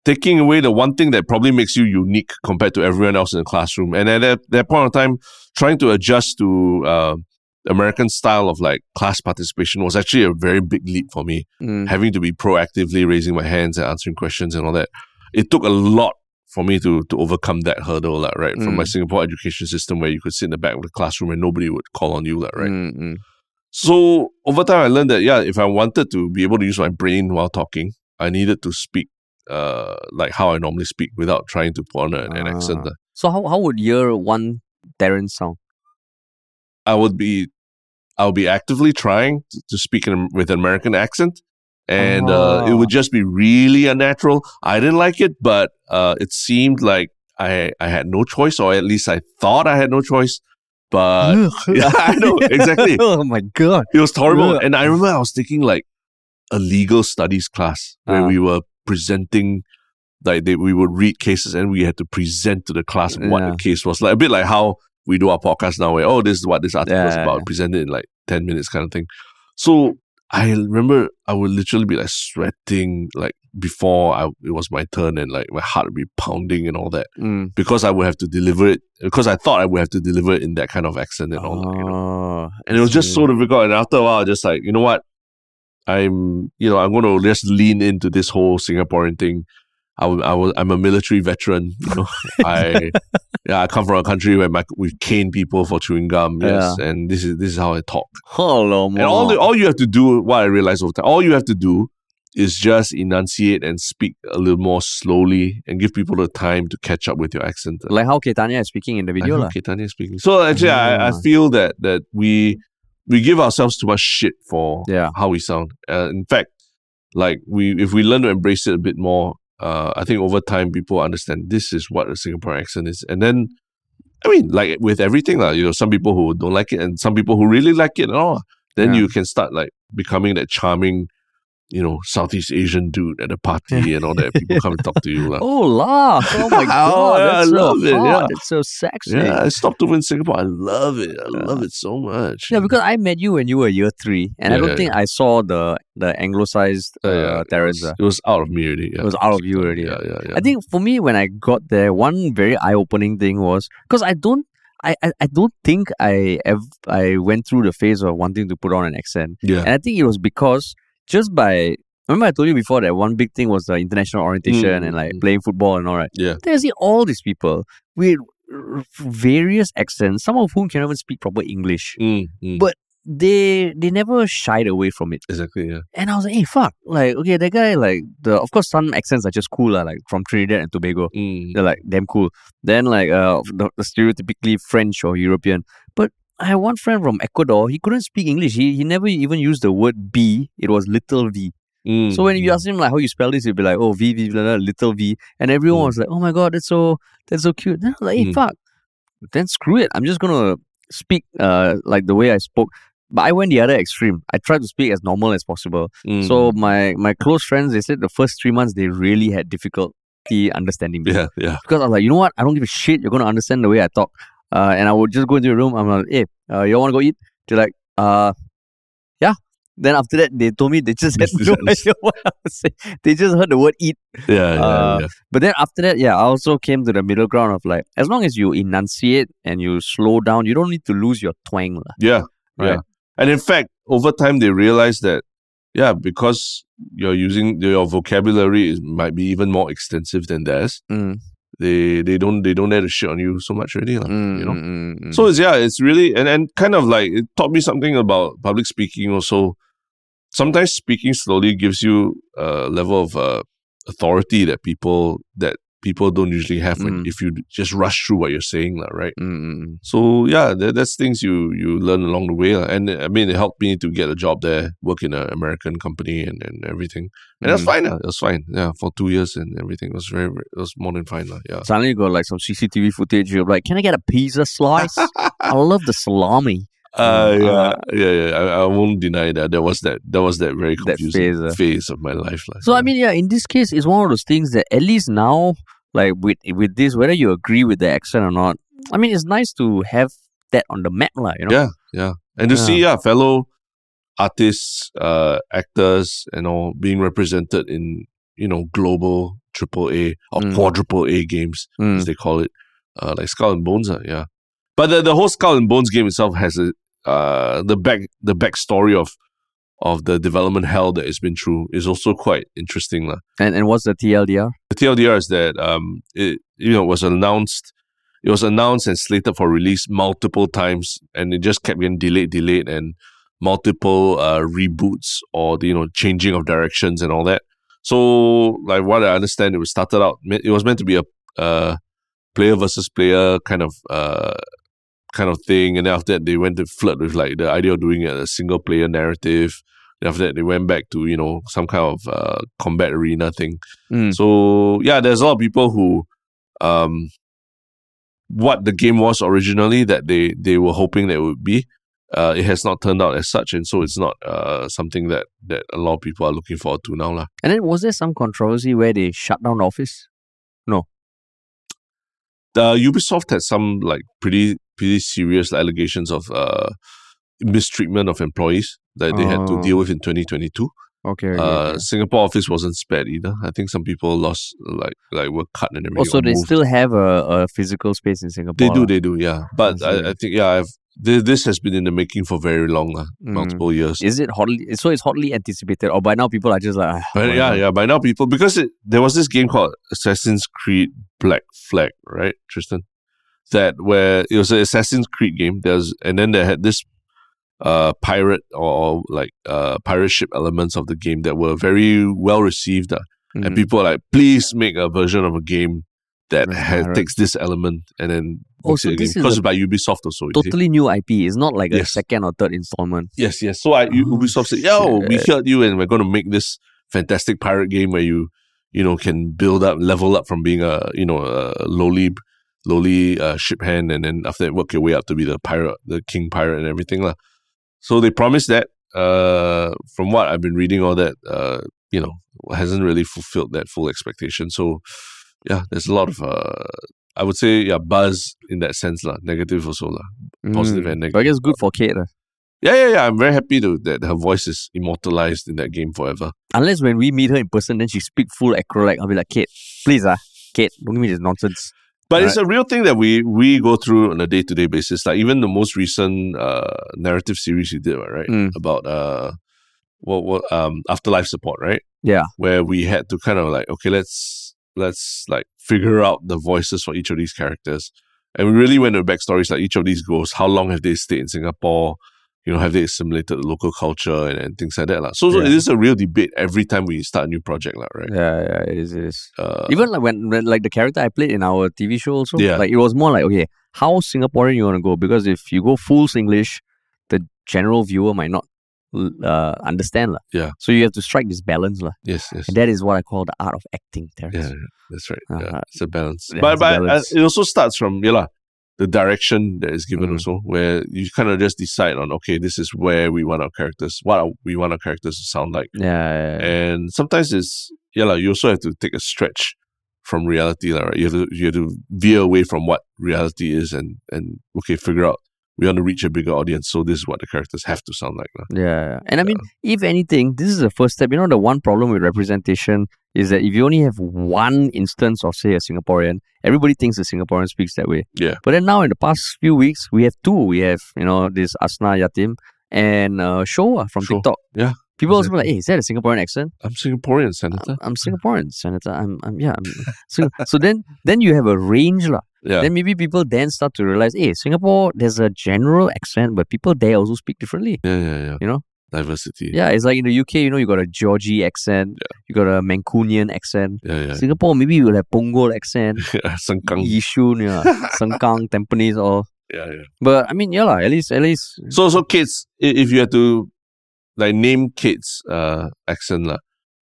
[SPEAKER 2] taking away the one thing that probably makes you unique compared to everyone else in the classroom. And at that, that point of time, trying to adjust to uh, American style of like class participation was actually a very big leap for me
[SPEAKER 1] Mm.
[SPEAKER 2] having to be proactively raising my hands and answering questions and all that. It took a lot for me to to overcome that hurdle, like, right? From my
[SPEAKER 1] Mm.
[SPEAKER 2] Singapore education system where you could sit in the back of the classroom and nobody would call on you, like, right?
[SPEAKER 1] Mm, mm.
[SPEAKER 2] So over time I learned that yeah, if I wanted to be able to use my brain while talking, I needed to speak uh like how I normally speak without trying to put on an, an accent.
[SPEAKER 1] Ah. So how, how would year one Terrence sound?
[SPEAKER 2] I would be I would be actively trying to, to speak in, with an American accent, and uh, it
[SPEAKER 1] Ah.
[SPEAKER 2] would just be really unnatural. I didn't like it, but uh, it seemed like I I had no choice, or at least I thought I had no choice. But Uh, [LAUGHS] yeah, I know exactly.
[SPEAKER 1] [LAUGHS] oh my god.
[SPEAKER 2] It was horrible,
[SPEAKER 1] Ugh.
[SPEAKER 2] and I remember I was taking like a legal studies class where
[SPEAKER 1] Ah.
[SPEAKER 2] we were presenting. Like they, we would read cases and we had to present to the class what
[SPEAKER 1] Yeah.
[SPEAKER 2] the case was like. A bit like how we do our podcast now, where oh, this is what this article is
[SPEAKER 1] Yeah.
[SPEAKER 2] about, present it in like ten minutes kind of thing. So I remember I would literally be like sweating, like before I it was my turn, and like my heart would be pounding and all that
[SPEAKER 1] Mm.
[SPEAKER 2] because I would have to deliver it because I thought I would have to deliver it in that kind of accent and all that. You know?
[SPEAKER 1] Oh,
[SPEAKER 2] Ah, and it was just so
[SPEAKER 1] Mm.
[SPEAKER 2] difficult. And after a while, I just like, you know what? I'm, you know, I'm going to just lean into this whole Singaporean thing. I, w- I was, I'm a military veteran. You know, I, yeah, I come from a country where my, we cane people for chewing gum. Yes, and this is this is how I talk.
[SPEAKER 1] hello,
[SPEAKER 2] And all the, all you have to do, what I realized over time, all you have to do is just enunciate and speak a little more slowly and give people the time to catch up with your accent.
[SPEAKER 1] like how Ketania is speaking in the
[SPEAKER 2] I
[SPEAKER 1] video
[SPEAKER 2] know
[SPEAKER 1] lah.
[SPEAKER 2] Keitanya speaking. So actually, I, I
[SPEAKER 1] Ah.
[SPEAKER 2] feel that that we we give ourselves too much shit for
[SPEAKER 1] Yeah.
[SPEAKER 2] how we sound. Uh, in fact, like we if we learn to embrace it a bit more, uh, I think over time people understand this is what a Singaporean accent is, and then. I mean, like with everything, like, you know, some people who don't like it and some people who really like it and all. Then
[SPEAKER 1] Yeah.
[SPEAKER 2] you can start like becoming that charming, you know, Southeast Asian dude at a
[SPEAKER 1] [LAUGHS]
[SPEAKER 2] party and all that. People come and talk to you. lah.
[SPEAKER 1] Oh la! Oh my
[SPEAKER 2] [LAUGHS] Oh,
[SPEAKER 1] god!
[SPEAKER 2] yeah,
[SPEAKER 1] that's
[SPEAKER 2] I
[SPEAKER 1] so
[SPEAKER 2] love it,
[SPEAKER 1] hot.
[SPEAKER 2] yeah.
[SPEAKER 1] That's so sexy.
[SPEAKER 2] Yeah, I stopped over in Singapore. I love it. I love it so much.
[SPEAKER 1] Yeah, because I met you when you were year three, and I
[SPEAKER 2] Yeah,
[SPEAKER 1] don't
[SPEAKER 2] yeah, Oh,
[SPEAKER 1] think I saw the the anglicized uh,
[SPEAKER 2] Yeah, yeah,
[SPEAKER 1] Terrence. uh,
[SPEAKER 2] it was out of me already. Yeah.
[SPEAKER 1] It was out of you already.
[SPEAKER 2] Yeah, yeah, yeah.
[SPEAKER 1] I think for me, when I got there, one very eye-opening thing was because I don't, I, I, I don't think I ev- I went through the phase of wanting to put on an accent,
[SPEAKER 2] yeah.
[SPEAKER 1] and I think it was because just by remember I told you before that one big thing was the international orientation and like
[SPEAKER 2] mm.
[SPEAKER 1] playing football and all that.
[SPEAKER 2] Yeah.
[SPEAKER 1] Then I see all these people with r- various accents, some of whom cannot even speak proper English.
[SPEAKER 2] Mm, mm.
[SPEAKER 1] But- They they never shied away from it.
[SPEAKER 2] exactly. Yeah.
[SPEAKER 1] And I was like, hey, fuck. Like, okay, that guy, like, the of course, some accents are just cool, lah, like from Trinidad and Tobago.
[SPEAKER 2] Mm.
[SPEAKER 1] They're like, damn cool. Then, like, uh, the, the stereotypically French or European. But I had one friend from Ecuador, he couldn't speak English. He, he never even used the word B, it was little V.
[SPEAKER 2] Mm.
[SPEAKER 1] So when you ask him, like, how you spell this, he'd be like, oh, V, V, blah, blah, little V. And everyone
[SPEAKER 2] Mm.
[SPEAKER 1] was like, oh my God, that's so, that's so cute. Then I was like, hey,
[SPEAKER 2] Mm.
[SPEAKER 1] fuck. Then screw it. I'm just going to speak, uh, like the way I spoke. But I went the other extreme. I tried to speak as normal as possible.
[SPEAKER 2] Mm.
[SPEAKER 1] So my my close friends, they said the first three months they really had difficulty understanding me
[SPEAKER 2] yeah, yeah.
[SPEAKER 1] because I was like, you know what? I don't give a shit. You're gonna understand the way I talk. Uh, and I would just go into a room. I'm like, hey, uh, you all wanna go eat? They're like, uh, yeah. Then after that, they told me they just had no idea [LAUGHS] what I was saying. They just heard the word eat.
[SPEAKER 2] Yeah, yeah,
[SPEAKER 1] Uh,
[SPEAKER 2] yeah.
[SPEAKER 1] But then after that, yeah, I also came to the middle ground of like, as long as you enunciate and you slow down, you don't need to lose your twang. lah.
[SPEAKER 2] Yeah, yeah.
[SPEAKER 1] Right.
[SPEAKER 2] And in fact, over time they realize that, yeah, because you're using your vocabulary is, might be even more extensive than theirs.
[SPEAKER 1] Mm,
[SPEAKER 2] They they don't they don't dare to shit on you so much already. lah,
[SPEAKER 1] mm,
[SPEAKER 2] you know.
[SPEAKER 1] mm, mm,
[SPEAKER 2] So it's yeah, it's really and, and kind of like it taught me something about public speaking also. Sometimes speaking slowly gives you a level of uh, authority that people that people don't usually have when,
[SPEAKER 1] Mm.
[SPEAKER 2] if you just rush through what you're saying, lah, right?
[SPEAKER 1] mm, mm, mm.
[SPEAKER 2] So yeah, that, that's things you you learn along the way, lah. and I mean it helped me to get a job there, work in an American company and, and everything, and that's
[SPEAKER 1] Mm.
[SPEAKER 2] fine, lah. it was fine, yeah, for two years and everything it was very very- it was more than fine, lah. yeah.
[SPEAKER 1] Suddenly you got like some CCTV footage. You're like, can I get a pizza slice? I love the
[SPEAKER 2] [LAUGHS]
[SPEAKER 1] salami.
[SPEAKER 2] Uh,
[SPEAKER 1] Mm,
[SPEAKER 2] yeah,
[SPEAKER 1] uh,
[SPEAKER 2] yeah, yeah. I, I won't deny that. There was that. There was that very
[SPEAKER 1] That
[SPEAKER 2] confusing
[SPEAKER 1] phase, uh.
[SPEAKER 2] phase of my life. lah.
[SPEAKER 1] So I mean, yeah, in this case, it's one of those things that at least now, like with with this, whether you agree with the accent or not, I mean, it's nice to have that on the map, lah. you know?
[SPEAKER 2] Yeah. And to see yeah, fellow artists, uh, actors, and all being represented in you know global triple A or
[SPEAKER 1] Mm.
[SPEAKER 2] quadruple A games as
[SPEAKER 1] Mm.
[SPEAKER 2] they call it, uh, like Skull and Bones. Uh, yeah, but the, the whole Skull and Bones game itself has a uh, the back the backstory of of the development hell that it's been through is also quite interesting lah.
[SPEAKER 1] And, and what's the TLDR?
[SPEAKER 2] The TLDR is that um it you know was announced. It was announced and slated for release multiple times, and it just kept getting delayed, delayed, and multiple uh, reboots or the, you know changing of directions and all that. So, like what I understand, it was started out. It was meant to be a uh, player versus player kind of uh, kind of thing, and then after that, they went to flirt with like the idea of doing a single player narrative. Then after that, they went back to you know some kind of uh, combat arena thing.
[SPEAKER 1] Mm.
[SPEAKER 2] So yeah, there's a lot of people who, um, what the game was originally that they they were hoping that it would be, uh, it has not turned out as such, and so it's not uh something that that a lot of people are looking forward to now lah.
[SPEAKER 1] And then was there some controversy where they shut down the office?
[SPEAKER 2] Uh, Ubisoft had some like pretty pretty serious allegations of uh mistreatment of employees that they had to
[SPEAKER 1] Oh.
[SPEAKER 2] deal with in 2022.
[SPEAKER 1] Okay. okay,
[SPEAKER 2] Uh,
[SPEAKER 1] okay.
[SPEAKER 2] Singapore office wasn't spared either. I think some people lost like like were cut and everything.
[SPEAKER 1] Oh, so
[SPEAKER 2] or
[SPEAKER 1] they
[SPEAKER 2] moved.
[SPEAKER 1] still have a, a physical space in Singapore.
[SPEAKER 2] They do,
[SPEAKER 1] lah.
[SPEAKER 2] they do, yeah. But
[SPEAKER 1] I see.
[SPEAKER 2] I, I think, yeah, I've th- this has been in the making for very long, lah,
[SPEAKER 1] Mm.
[SPEAKER 2] multiple years.
[SPEAKER 1] Is it hotly? So it's hotly anticipated, or by now people are just like, "Ah,
[SPEAKER 2] But yeah,
[SPEAKER 1] whatever."
[SPEAKER 2] yeah. By now, people because it, there was this game called Assassin's Creed Black Flag, right, Tristan? That where it was an Assassin's Creed game. There's and then they had this uh pirate or, or like uh pirate ship elements of the game that were very well received, uh, and
[SPEAKER 1] Mhm.
[SPEAKER 2] people are like, please make a version of a game that
[SPEAKER 1] Right,
[SPEAKER 2] ha-
[SPEAKER 1] right.
[SPEAKER 2] takes this element and then
[SPEAKER 1] Oh,
[SPEAKER 2] makes
[SPEAKER 1] so
[SPEAKER 2] it a game.
[SPEAKER 1] this is a
[SPEAKER 2] because it's by Ubisoft also. you see.
[SPEAKER 1] Totally new IP. It's not like a
[SPEAKER 2] Yes.
[SPEAKER 1] second or third installment.
[SPEAKER 2] Yes, yes. So I, U-
[SPEAKER 1] Oh,
[SPEAKER 2] Ubisoft said, "Yo, we
[SPEAKER 1] shit.
[SPEAKER 2] heard you, and we're going to make this fantastic pirate game where you, you know, can build up, level up from being a, you know, a lowly, lowly uh, ship hand, and then after that work your way up to be the pirate, the king pirate, and everything lah." So they promised that. Uh, from what I've been reading, all that, uh, you know, hasn't really fulfilled that full expectation. So, yeah, there's a lot of, uh, I would say, yeah, buzz in that sense lah. Negative also lah. Positive and
[SPEAKER 1] Hmm. But I guess good for Kate. ah. lah.
[SPEAKER 2] Yeah, yeah, yeah. I'm very happy to, that her voice is immortalized in that game forever.
[SPEAKER 1] Unless when we meet her in person, then she speak full acrolect. I'll be like, Kate, please, ah, Kate, don't give me this nonsense.
[SPEAKER 2] But it's a real thing that we we go through on a day to day basis. Like even the most recent uh, narrative series you did, right?
[SPEAKER 1] Mm.
[SPEAKER 2] About uh, what what um afterlife support, right?
[SPEAKER 1] Yeah.
[SPEAKER 2] Where we had to kind of like okay, let's let's like figure out the voices for each of these characters, and we really went to backstories like each of these ghosts. How long have they stayed in Singapore? You know, have they assimilated the local culture and, and things like that? lah. So, so
[SPEAKER 1] Yeah.
[SPEAKER 2] it is a real debate every time we start a new project, lah, right?
[SPEAKER 1] Yeah, yeah, it is, it is.
[SPEAKER 2] Uh,
[SPEAKER 1] Even like when, when like the character I played in our TV show also,
[SPEAKER 2] Yeah.
[SPEAKER 1] like it was more like okay, how Singaporean you want to go? Because if you go full Singlish, the general viewer might not l- uh, understand lah.
[SPEAKER 2] Yeah.
[SPEAKER 1] So you have to strike this balance lah,
[SPEAKER 2] yes, yes.
[SPEAKER 1] and that is what I call the art of acting, Terrence.
[SPEAKER 2] Yeah, yeah, that's right.
[SPEAKER 1] Uh,
[SPEAKER 2] yeah,
[SPEAKER 1] uh,
[SPEAKER 2] it's a balance.
[SPEAKER 1] yeah,
[SPEAKER 2] but
[SPEAKER 1] it's a
[SPEAKER 2] but uh,
[SPEAKER 1] balance.
[SPEAKER 2] it also starts from yeah, lah, the direction that is given
[SPEAKER 1] Mhm.
[SPEAKER 2] also, where you kind of just decide on okay, this is where we want our characters, what are, we want our characters to sound like,
[SPEAKER 1] Yeah, yeah, yeah.
[SPEAKER 2] and sometimes it's yeah, lah, you also have to take a stretch from reality, lah, right? You have to you have to veer away from what reality is and and okay, figure out we want to reach a bigger audience, so this is what the characters have to sound like. lah.
[SPEAKER 1] Yeah, yeah. And I mean, if anything, this is the first step. You know, the one problem with representation is that if you only have one instance of, say, a Singaporean, everybody thinks a Singaporean speaks that way.
[SPEAKER 2] Yeah.
[SPEAKER 1] But then now, in the past few weeks, we have two. We have, you know, this Asna Yatim and uh, Showa from
[SPEAKER 2] Sure.
[SPEAKER 1] TikTok.
[SPEAKER 2] Yeah,
[SPEAKER 1] People also be like, hey, is that a Singaporean accent?
[SPEAKER 2] I'm Singaporean, Senator.
[SPEAKER 1] I'm, I'm Singaporean, Senator. I'm, I'm yeah. I'm, [LAUGHS] Sing- so then, then you have a range, lah.
[SPEAKER 2] yeah,
[SPEAKER 1] Then maybe people then start to realize, hey, Singapore, there's a general accent, but people there also speak differently.
[SPEAKER 2] yeah, yeah, yeah.
[SPEAKER 1] You know?
[SPEAKER 2] diversity.
[SPEAKER 1] Yeah, it's like in the UK, you know, you got a Georgie accent, you got a Mancunian accent.
[SPEAKER 2] yeah,
[SPEAKER 1] Singapore, maybe you'll have Punggol
[SPEAKER 2] [LAUGHS]
[SPEAKER 1] accent,
[SPEAKER 2] yeah. Sengkang.
[SPEAKER 1] Yishun,
[SPEAKER 2] [LAUGHS]
[SPEAKER 1] yeah, Sengkang, Tampines, all.
[SPEAKER 2] Yeah, yeah.
[SPEAKER 1] But I mean, yeah, lah, at least, at least,
[SPEAKER 2] So so Kate's i- if you had to like name Kate's uh accent lah,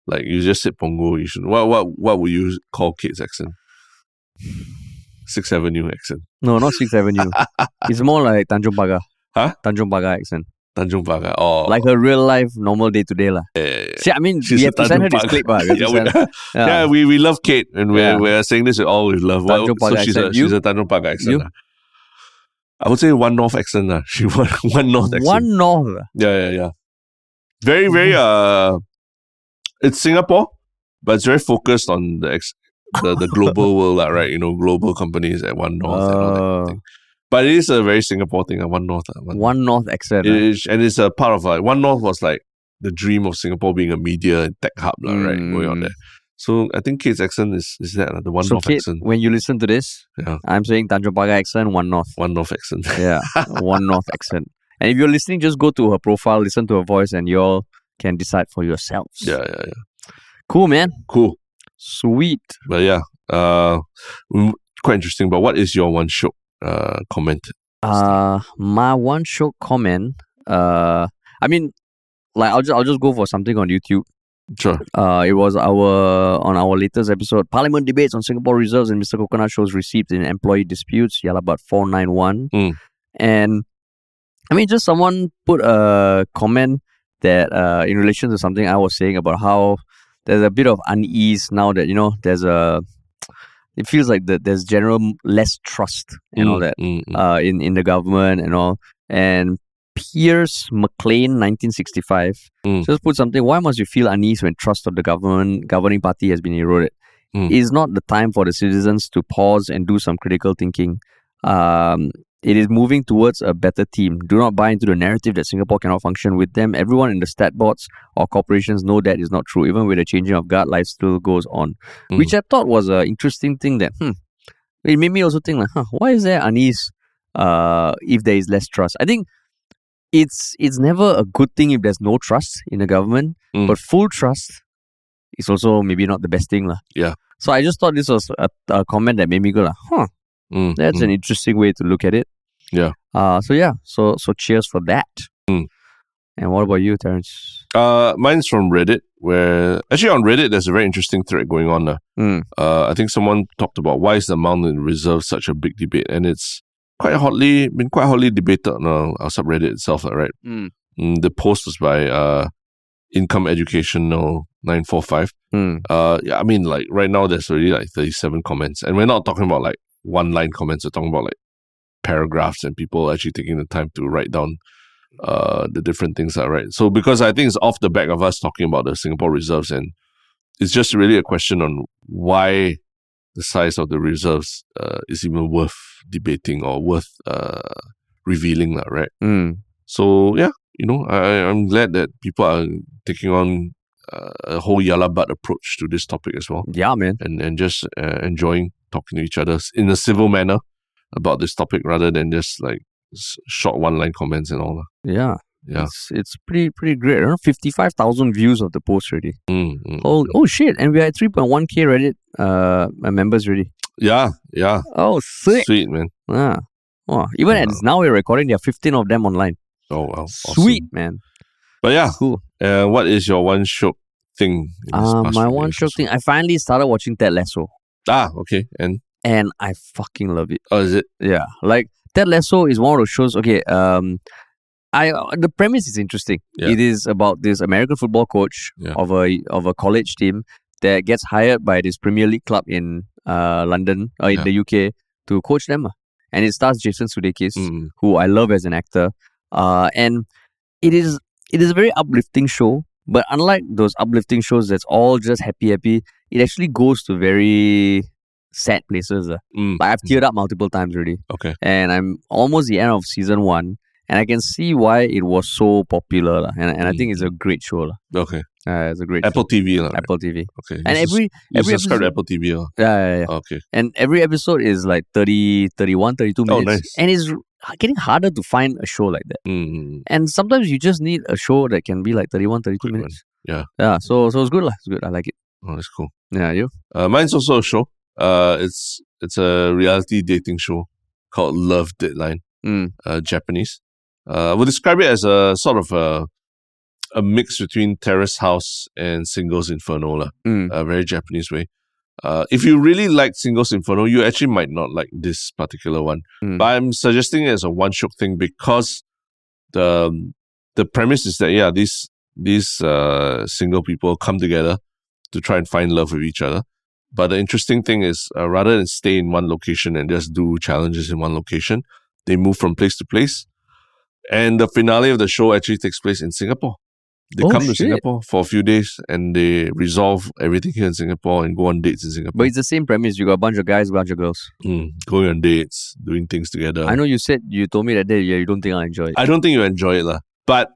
[SPEAKER 2] like you just said Pongo, you should what what what would you call Kate's accent? Sixth Avenue accent.
[SPEAKER 1] no, not Sixth
[SPEAKER 2] [LAUGHS]
[SPEAKER 1] Avenue. It's more like Tanjung Pagar.
[SPEAKER 2] Huh?
[SPEAKER 1] Tanjung Pagar accent.
[SPEAKER 2] Tanjung Pagar. Oh
[SPEAKER 1] Like her real life, normal day to day, lah.
[SPEAKER 2] yeah, yeah, yeah.
[SPEAKER 1] See, I mean,
[SPEAKER 2] She's
[SPEAKER 1] we
[SPEAKER 2] a
[SPEAKER 1] have to send her this
[SPEAKER 2] Tanjung
[SPEAKER 1] clip, lah.
[SPEAKER 2] Pagar.
[SPEAKER 1] We have to send-
[SPEAKER 2] [LAUGHS] yeah, we,
[SPEAKER 1] yeah.
[SPEAKER 2] yeah, we we love Kate and we're
[SPEAKER 1] Yeah.
[SPEAKER 2] we're saying this with all with love. Well,
[SPEAKER 1] Tanjung
[SPEAKER 2] so
[SPEAKER 1] Pagar
[SPEAKER 2] she's a
[SPEAKER 1] accent.
[SPEAKER 2] she's
[SPEAKER 1] You?
[SPEAKER 2] a Tanjung Pagar accent.
[SPEAKER 1] You?
[SPEAKER 2] lah. I would say one North accent. lah. [LAUGHS] She one, one North accent.
[SPEAKER 1] One North. ah.
[SPEAKER 2] Yeah, yeah, yeah. Very, very.
[SPEAKER 1] Mm-hmm.
[SPEAKER 2] Uh, it's Singapore, but it's very focused on the ex- the, the
[SPEAKER 1] [LAUGHS]
[SPEAKER 2] global world, lah, right? You know, global companies at One North. and all that kind of
[SPEAKER 1] Uh,
[SPEAKER 2] thing. But it is a very Singapore thing. At One North, ah, One-
[SPEAKER 1] one North accent.
[SPEAKER 2] It
[SPEAKER 1] ah.
[SPEAKER 2] is- and it's a part of like One North was like the dream of Singapore being a media and tech hub, lah, right? Going on
[SPEAKER 1] Mm.
[SPEAKER 2] there. So I think Kate's accent is is that lah, the One
[SPEAKER 1] so,
[SPEAKER 2] North
[SPEAKER 1] Kate,
[SPEAKER 2] accent.
[SPEAKER 1] when you listen to this,
[SPEAKER 2] Yeah.
[SPEAKER 1] I'm saying Tanjong Pagar accent, One North.
[SPEAKER 2] One North
[SPEAKER 1] [LAUGHS]
[SPEAKER 2] accent. [LAUGHS]
[SPEAKER 1] Yeah, One North accent. And if you're listening, just go to her profile, listen to her voice, and you all can decide for yourselves.
[SPEAKER 2] yeah, yeah, yeah.
[SPEAKER 1] Cool, man.
[SPEAKER 2] Cool.
[SPEAKER 1] Sweet.
[SPEAKER 2] But yeah, uh, mm, quite interesting. But what is your one shot uh comment?
[SPEAKER 1] Uh, my one short comment. Uh, I mean, like I'll just I'll just go for something on YouTube.
[SPEAKER 2] Sure.
[SPEAKER 1] Uh, it was our on our latest episode, Parliament debates on Singapore reserves and Mr. Coconut shows receipts in employee disputes. Yalla, but four nine one.
[SPEAKER 2] Mm.
[SPEAKER 1] And I mean, just someone put a comment that uh, in relation to something I was saying about how there's a bit of unease now that you know there's a. It feels like that there's general m- less trust and all
[SPEAKER 2] Mm,
[SPEAKER 1] that
[SPEAKER 2] mm, mm.
[SPEAKER 1] uh, in in the government and all. And Piers McLean, 1965,
[SPEAKER 2] Mm.
[SPEAKER 1] just put something. Why must you feel unease when trust of the government governing party has been eroded?
[SPEAKER 2] Mm.
[SPEAKER 1] Is not the time for the citizens to pause and do some critical thinking. Um, it is moving towards a better team. Do not buy into the narrative that Singapore cannot function with them. Everyone in the stat boards or corporations know that is not true. Even with the changing of guard, life still goes on.
[SPEAKER 2] Mm.
[SPEAKER 1] Which I thought was an interesting thing that, hmm, it made me also think like, huh, why is there unease uh, if there is less trust? I think it's it's never a good thing if there's no trust in the government,
[SPEAKER 2] Mm.
[SPEAKER 1] but full trust is also maybe not the best thing. lah.
[SPEAKER 2] Yeah.
[SPEAKER 1] So I just thought this was a, a comment that made me go like, huh,
[SPEAKER 2] Mm,
[SPEAKER 1] that's
[SPEAKER 2] mm.
[SPEAKER 1] an interesting way to look at it.
[SPEAKER 2] Yeah.
[SPEAKER 1] Uh, so yeah, so so cheers for that.
[SPEAKER 2] Mm.
[SPEAKER 1] And what about you, Terence?
[SPEAKER 2] Uh, mine's from Reddit, where actually on Reddit there's a very interesting thread going on. Uh,
[SPEAKER 1] Mm.
[SPEAKER 2] uh, I think someone talked about why is the amount in reserve such a big debate, and it's quite hotly been quite hotly debated on uh, our, our subreddit itself. uh, Right,
[SPEAKER 1] Mm.
[SPEAKER 2] Mm, the post was by uh, Income Educational nine four five.
[SPEAKER 1] Mm.
[SPEAKER 2] Uh, yeah, I mean, like right now there's already like thirty seven comments, and we're not talking about like one line comments. We're talking about like paragraphs and people actually taking the time to write down uh the different things are right so because i think it's off the back of us talking about the singapore reserves and it's just really a question on why the size of the reserves uh, is even worth debating or worth uh revealing that right
[SPEAKER 1] Mm.
[SPEAKER 2] so yeah you know i I- i'm glad that people are taking on uh, a whole yalla butt approach to this topic as well
[SPEAKER 1] Yeah, man.
[SPEAKER 2] and and just uh, enjoying talking to each other s- in a civil manner about this topic rather than just like s- short one line comments and all that.
[SPEAKER 1] Yeah.
[SPEAKER 2] Yeah.
[SPEAKER 1] It's, it's pretty pretty great. Around fifty five thousand views of the post already.
[SPEAKER 2] Mm, mm.
[SPEAKER 1] Oh, oh shit! And we are at three point one k Reddit uh members already.
[SPEAKER 2] Yeah, yeah,
[SPEAKER 1] Oh, sick!
[SPEAKER 2] sweet man.
[SPEAKER 1] Ah, wow. Even as now we're recording, there are fifteen of them online.
[SPEAKER 2] Oh wow, awesome.
[SPEAKER 1] Sweet man,
[SPEAKER 2] But yeah,
[SPEAKER 1] cool.
[SPEAKER 2] uh, what is your one shot thing? in this
[SPEAKER 1] Uh,
[SPEAKER 2] past
[SPEAKER 1] my
[SPEAKER 2] few
[SPEAKER 1] one
[SPEAKER 2] days
[SPEAKER 1] shock
[SPEAKER 2] or so?
[SPEAKER 1] thing. I finally started watching Ted Lasso,
[SPEAKER 2] Ah, okay, and
[SPEAKER 1] and I fucking love it.
[SPEAKER 2] oh, is it?
[SPEAKER 1] Yeah, like Ted Lasso is one of those shows. Okay, um, I uh, the premise is interesting.
[SPEAKER 2] Yeah.
[SPEAKER 1] It is about this American football coach
[SPEAKER 2] Yeah.
[SPEAKER 1] of a of a college team that gets hired by this Premier League club in uh London or in
[SPEAKER 2] Yeah.
[SPEAKER 1] the UK to coach them, ah. and it stars Jason Sudeikis.
[SPEAKER 2] Mm,
[SPEAKER 1] who I love as an actor. Uh, and it is it is a very uplifting show, but unlike those uplifting shows that's all just happy happy, it actually goes to very sad places. ah.
[SPEAKER 2] mm,
[SPEAKER 1] Like I've teared up multiple times already,
[SPEAKER 2] okay,
[SPEAKER 1] and I'm almost the end of season one, and I can see why it was so popular, lah. and and I think it's a great show. lah.
[SPEAKER 2] okay.
[SPEAKER 1] Uh, it's a great
[SPEAKER 2] Apple TV, lah,
[SPEAKER 1] show.
[SPEAKER 2] right?
[SPEAKER 1] Apple TV,
[SPEAKER 2] Okay,
[SPEAKER 1] and
[SPEAKER 2] you sus-
[SPEAKER 1] every
[SPEAKER 2] you
[SPEAKER 1] every
[SPEAKER 2] subscribe to
[SPEAKER 1] episode-
[SPEAKER 2] Apple TV. lah.
[SPEAKER 1] yeah, yeah, yeah.
[SPEAKER 2] Oh, Okay,
[SPEAKER 1] and every episode is like 30, 31, 32
[SPEAKER 2] Oh,
[SPEAKER 1] minutes,
[SPEAKER 2] nice.
[SPEAKER 1] and it's r- getting harder to find a show like that.
[SPEAKER 2] mm,
[SPEAKER 1] And sometimes you just need a show that can be like 31, 32
[SPEAKER 2] Quick one.
[SPEAKER 1] minutes.
[SPEAKER 2] Yeah.
[SPEAKER 1] Yeah. So so it's good lah. It's good. I like it.
[SPEAKER 2] oh, that's cool.
[SPEAKER 1] Yeah. You.
[SPEAKER 2] Uh, mine's also a show. Uh, it's it's a reality dating show called Love Deadline,
[SPEAKER 1] Mm.
[SPEAKER 2] uh, Japanese. Uh, we'll describe it as a sort of a a mix between Terrace House and Singles Inferno, lah.
[SPEAKER 1] Mm.
[SPEAKER 2] a very Japanese way. Uh, if you really like Singles Inferno, you actually might not like this particular one.
[SPEAKER 1] Mm.
[SPEAKER 2] But I'm suggesting it as a one shot thing because the um, the premise is that yeah, these these uh, single people come together to try and find love with each other. But the interesting thing is, uh, rather than stay in one location and just do challenges in one location, They move from place to place. And the finale of the show actually takes place in Singapore. They
[SPEAKER 1] Oh,
[SPEAKER 2] come to
[SPEAKER 1] shit.
[SPEAKER 2] Singapore for a few days and they resolve everything here in Singapore and go on dates in
[SPEAKER 1] But
[SPEAKER 2] Singapore.
[SPEAKER 1] it's the same premise. You got a bunch of guys, bunch of girls.
[SPEAKER 2] Mm, going on dates, doing things together.
[SPEAKER 1] I know you said you told me that day. Yeah, you don't think I enjoy it.
[SPEAKER 2] I don't think you enjoy it, lah. But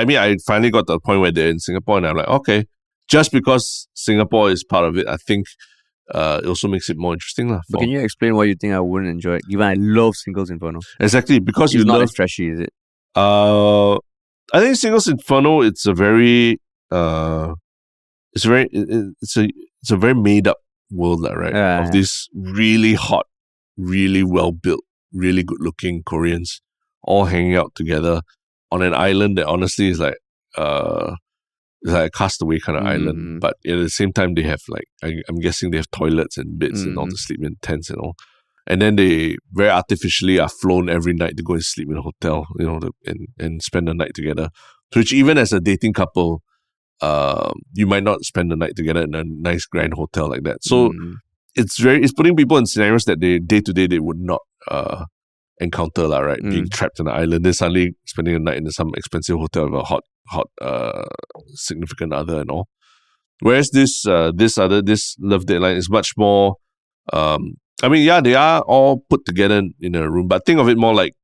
[SPEAKER 2] I mean, I finally got to the point where they're in Singapore, and I'm like, okay, just because Singapore is part of it, I think uh, it also makes it more interesting, lah.
[SPEAKER 1] but
[SPEAKER 2] for-
[SPEAKER 1] can you explain why you think I wouldn't enjoy it? Even I love Singles Inferno.
[SPEAKER 2] Exactly because
[SPEAKER 1] It's
[SPEAKER 2] you
[SPEAKER 1] not
[SPEAKER 2] love.
[SPEAKER 1] as trashy, is it?
[SPEAKER 2] Uh, I think Singles Inferno. It's a very, uh, it's a very, it- it- it's a, it's a very made up world, lah, right?
[SPEAKER 1] Yeah,
[SPEAKER 2] of
[SPEAKER 1] yeah.
[SPEAKER 2] these really hot, really well built, really good looking Koreans all hanging out together on an island that honestly is like, uh, it's like a castaway kind of
[SPEAKER 1] Mm.
[SPEAKER 2] island. But at the same time, they have like, I, I'm guessing they have toilets and beds and all
[SPEAKER 1] Mm.
[SPEAKER 2] to sleep in tents and all and then they very artificially are flown every night to go and sleep in a hotel, you know, the, and and spend the night together. Which even as a dating couple, uh, you might not spend the night together in a nice grand hotel like that. So
[SPEAKER 1] Mm.
[SPEAKER 2] it's very it's putting people in scenarios that they day to day they would not uh encounter lah, right? Being trapped on an island, then suddenly spending the night in some expensive hotel with a hot hot uh significant other and all. Whereas this uh this other this love deadline is much more um I mean yeah they are all put together in a room, but think of it more like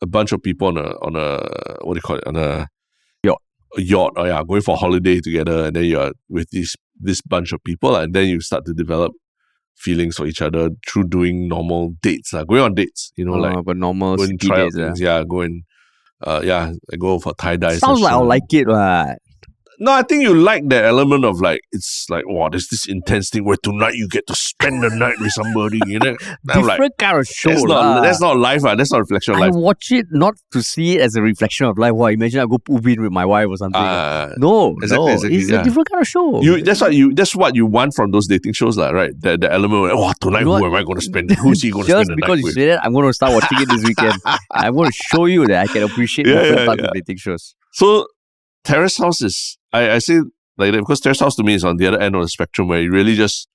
[SPEAKER 2] a bunch of people on a on a what do you call it on a
[SPEAKER 1] Yacht.
[SPEAKER 2] a yacht oh yeah going for holiday together and then you're with this this bunch of people lah, and then you start to develop feelings for each other through doing normal dates like going on dates you know
[SPEAKER 1] Uh,
[SPEAKER 2] like
[SPEAKER 1] but normal
[SPEAKER 2] go and
[SPEAKER 1] city
[SPEAKER 2] try out
[SPEAKER 1] days. yeah.
[SPEAKER 2] things. Yeah, go and uh, yeah, I go for tie dye.
[SPEAKER 1] Sounds like I like it, right?
[SPEAKER 2] No, I think you like the element of like it's like wow, there's this intense thing where tonight you get to spend the night with somebody. You
[SPEAKER 1] [LAUGHS]
[SPEAKER 2] know, I'm
[SPEAKER 1] Different
[SPEAKER 2] like
[SPEAKER 1] kind of show,
[SPEAKER 2] that's
[SPEAKER 1] lah.
[SPEAKER 2] not that's not life. Ah, that's not reflection of
[SPEAKER 1] I
[SPEAKER 2] life.
[SPEAKER 1] watch it not to see it as a reflection of life. Wow, imagine I go ubin with my wife or something.
[SPEAKER 2] Uh,
[SPEAKER 1] no,
[SPEAKER 2] exactly,
[SPEAKER 1] no,
[SPEAKER 2] exactly,
[SPEAKER 1] it's
[SPEAKER 2] yeah.
[SPEAKER 1] a different kind of show.
[SPEAKER 2] you that's what you that's what you want from those dating shows, like right? The, the element where oh tonight
[SPEAKER 1] You know
[SPEAKER 2] who
[SPEAKER 1] what?
[SPEAKER 2] am I going to spend?
[SPEAKER 1] [LAUGHS]
[SPEAKER 2] Who's he going to
[SPEAKER 1] Just
[SPEAKER 2] spend the
[SPEAKER 1] because
[SPEAKER 2] night
[SPEAKER 1] you
[SPEAKER 2] with?
[SPEAKER 1] say that, I'm going to start watching
[SPEAKER 2] [LAUGHS]
[SPEAKER 1] it this weekend. I'm going to show you that I can appreciate
[SPEAKER 2] Yeah,
[SPEAKER 1] different
[SPEAKER 2] yeah,
[SPEAKER 1] types
[SPEAKER 2] yeah.
[SPEAKER 1] of dating shows.
[SPEAKER 2] So terrace house is I, I say like that because terrace house to me is on the other end of the spectrum where you really just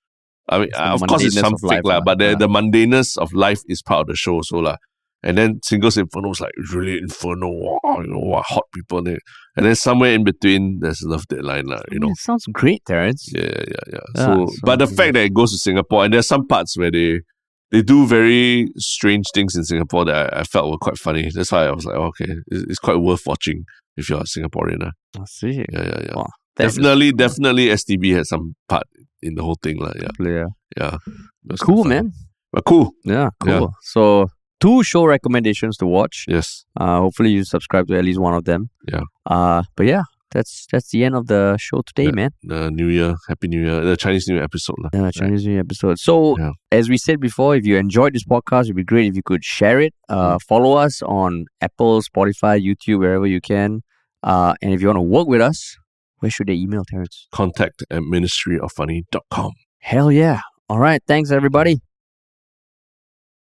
[SPEAKER 2] I mean
[SPEAKER 1] It's the
[SPEAKER 2] uh, of course it's
[SPEAKER 1] mundaneness
[SPEAKER 2] some
[SPEAKER 1] of life
[SPEAKER 2] fake lah,
[SPEAKER 1] lah,
[SPEAKER 2] but the,
[SPEAKER 1] yeah.
[SPEAKER 2] the mundaneness of life is part of the show so lah. And then singles inferno is like really inferno, wow, you know, wow, hot people there. And then somewhere in between there's love deadline lah,
[SPEAKER 1] I
[SPEAKER 2] you
[SPEAKER 1] mean,
[SPEAKER 2] know.
[SPEAKER 1] it sounds great, Terrence.
[SPEAKER 2] Yeah, yeah, yeah, yeah.
[SPEAKER 1] Yeah,
[SPEAKER 2] so,
[SPEAKER 1] Ah, so
[SPEAKER 2] but the
[SPEAKER 1] yeah.
[SPEAKER 2] fact that it goes to Singapore, and there's some parts where they they do very strange things in Singapore that I, I felt were quite funny. That's why I was like, okay, it's, it's quite worth watching if you're a Singaporean. ah.
[SPEAKER 1] I see.
[SPEAKER 2] Yeah, yeah, yeah.
[SPEAKER 1] Wow, that is
[SPEAKER 2] definitely, definitely, STB had some part in the whole thing, like yeah.
[SPEAKER 1] clear.
[SPEAKER 2] It was
[SPEAKER 1] Cool,
[SPEAKER 2] quite funny.
[SPEAKER 1] man.
[SPEAKER 2] But cool,
[SPEAKER 1] Yeah, cool.
[SPEAKER 2] Yeah.
[SPEAKER 1] So, two show recommendations to watch.
[SPEAKER 2] yes.
[SPEAKER 1] Uh, hopefully, you subscribe to at least one of them.
[SPEAKER 2] Yeah.
[SPEAKER 1] Uh, but yeah, that's that's the end of the show today,
[SPEAKER 2] Yeah.
[SPEAKER 1] man.
[SPEAKER 2] The New Year, Happy New Year, the Chinese New Year episode, lah.
[SPEAKER 1] Yeah, Chinese New Year episode. So,
[SPEAKER 2] Yeah.
[SPEAKER 1] as we said before, if you enjoyed this podcast, it'd be great if you could share it. Uh, follow us on Apple, Spotify, YouTube, wherever you can. Uh, and if you want to work with us, where should they email, Terrence?
[SPEAKER 2] Contact at ministryoffunny.com.
[SPEAKER 1] Hell yeah. All right. Thanks, everybody.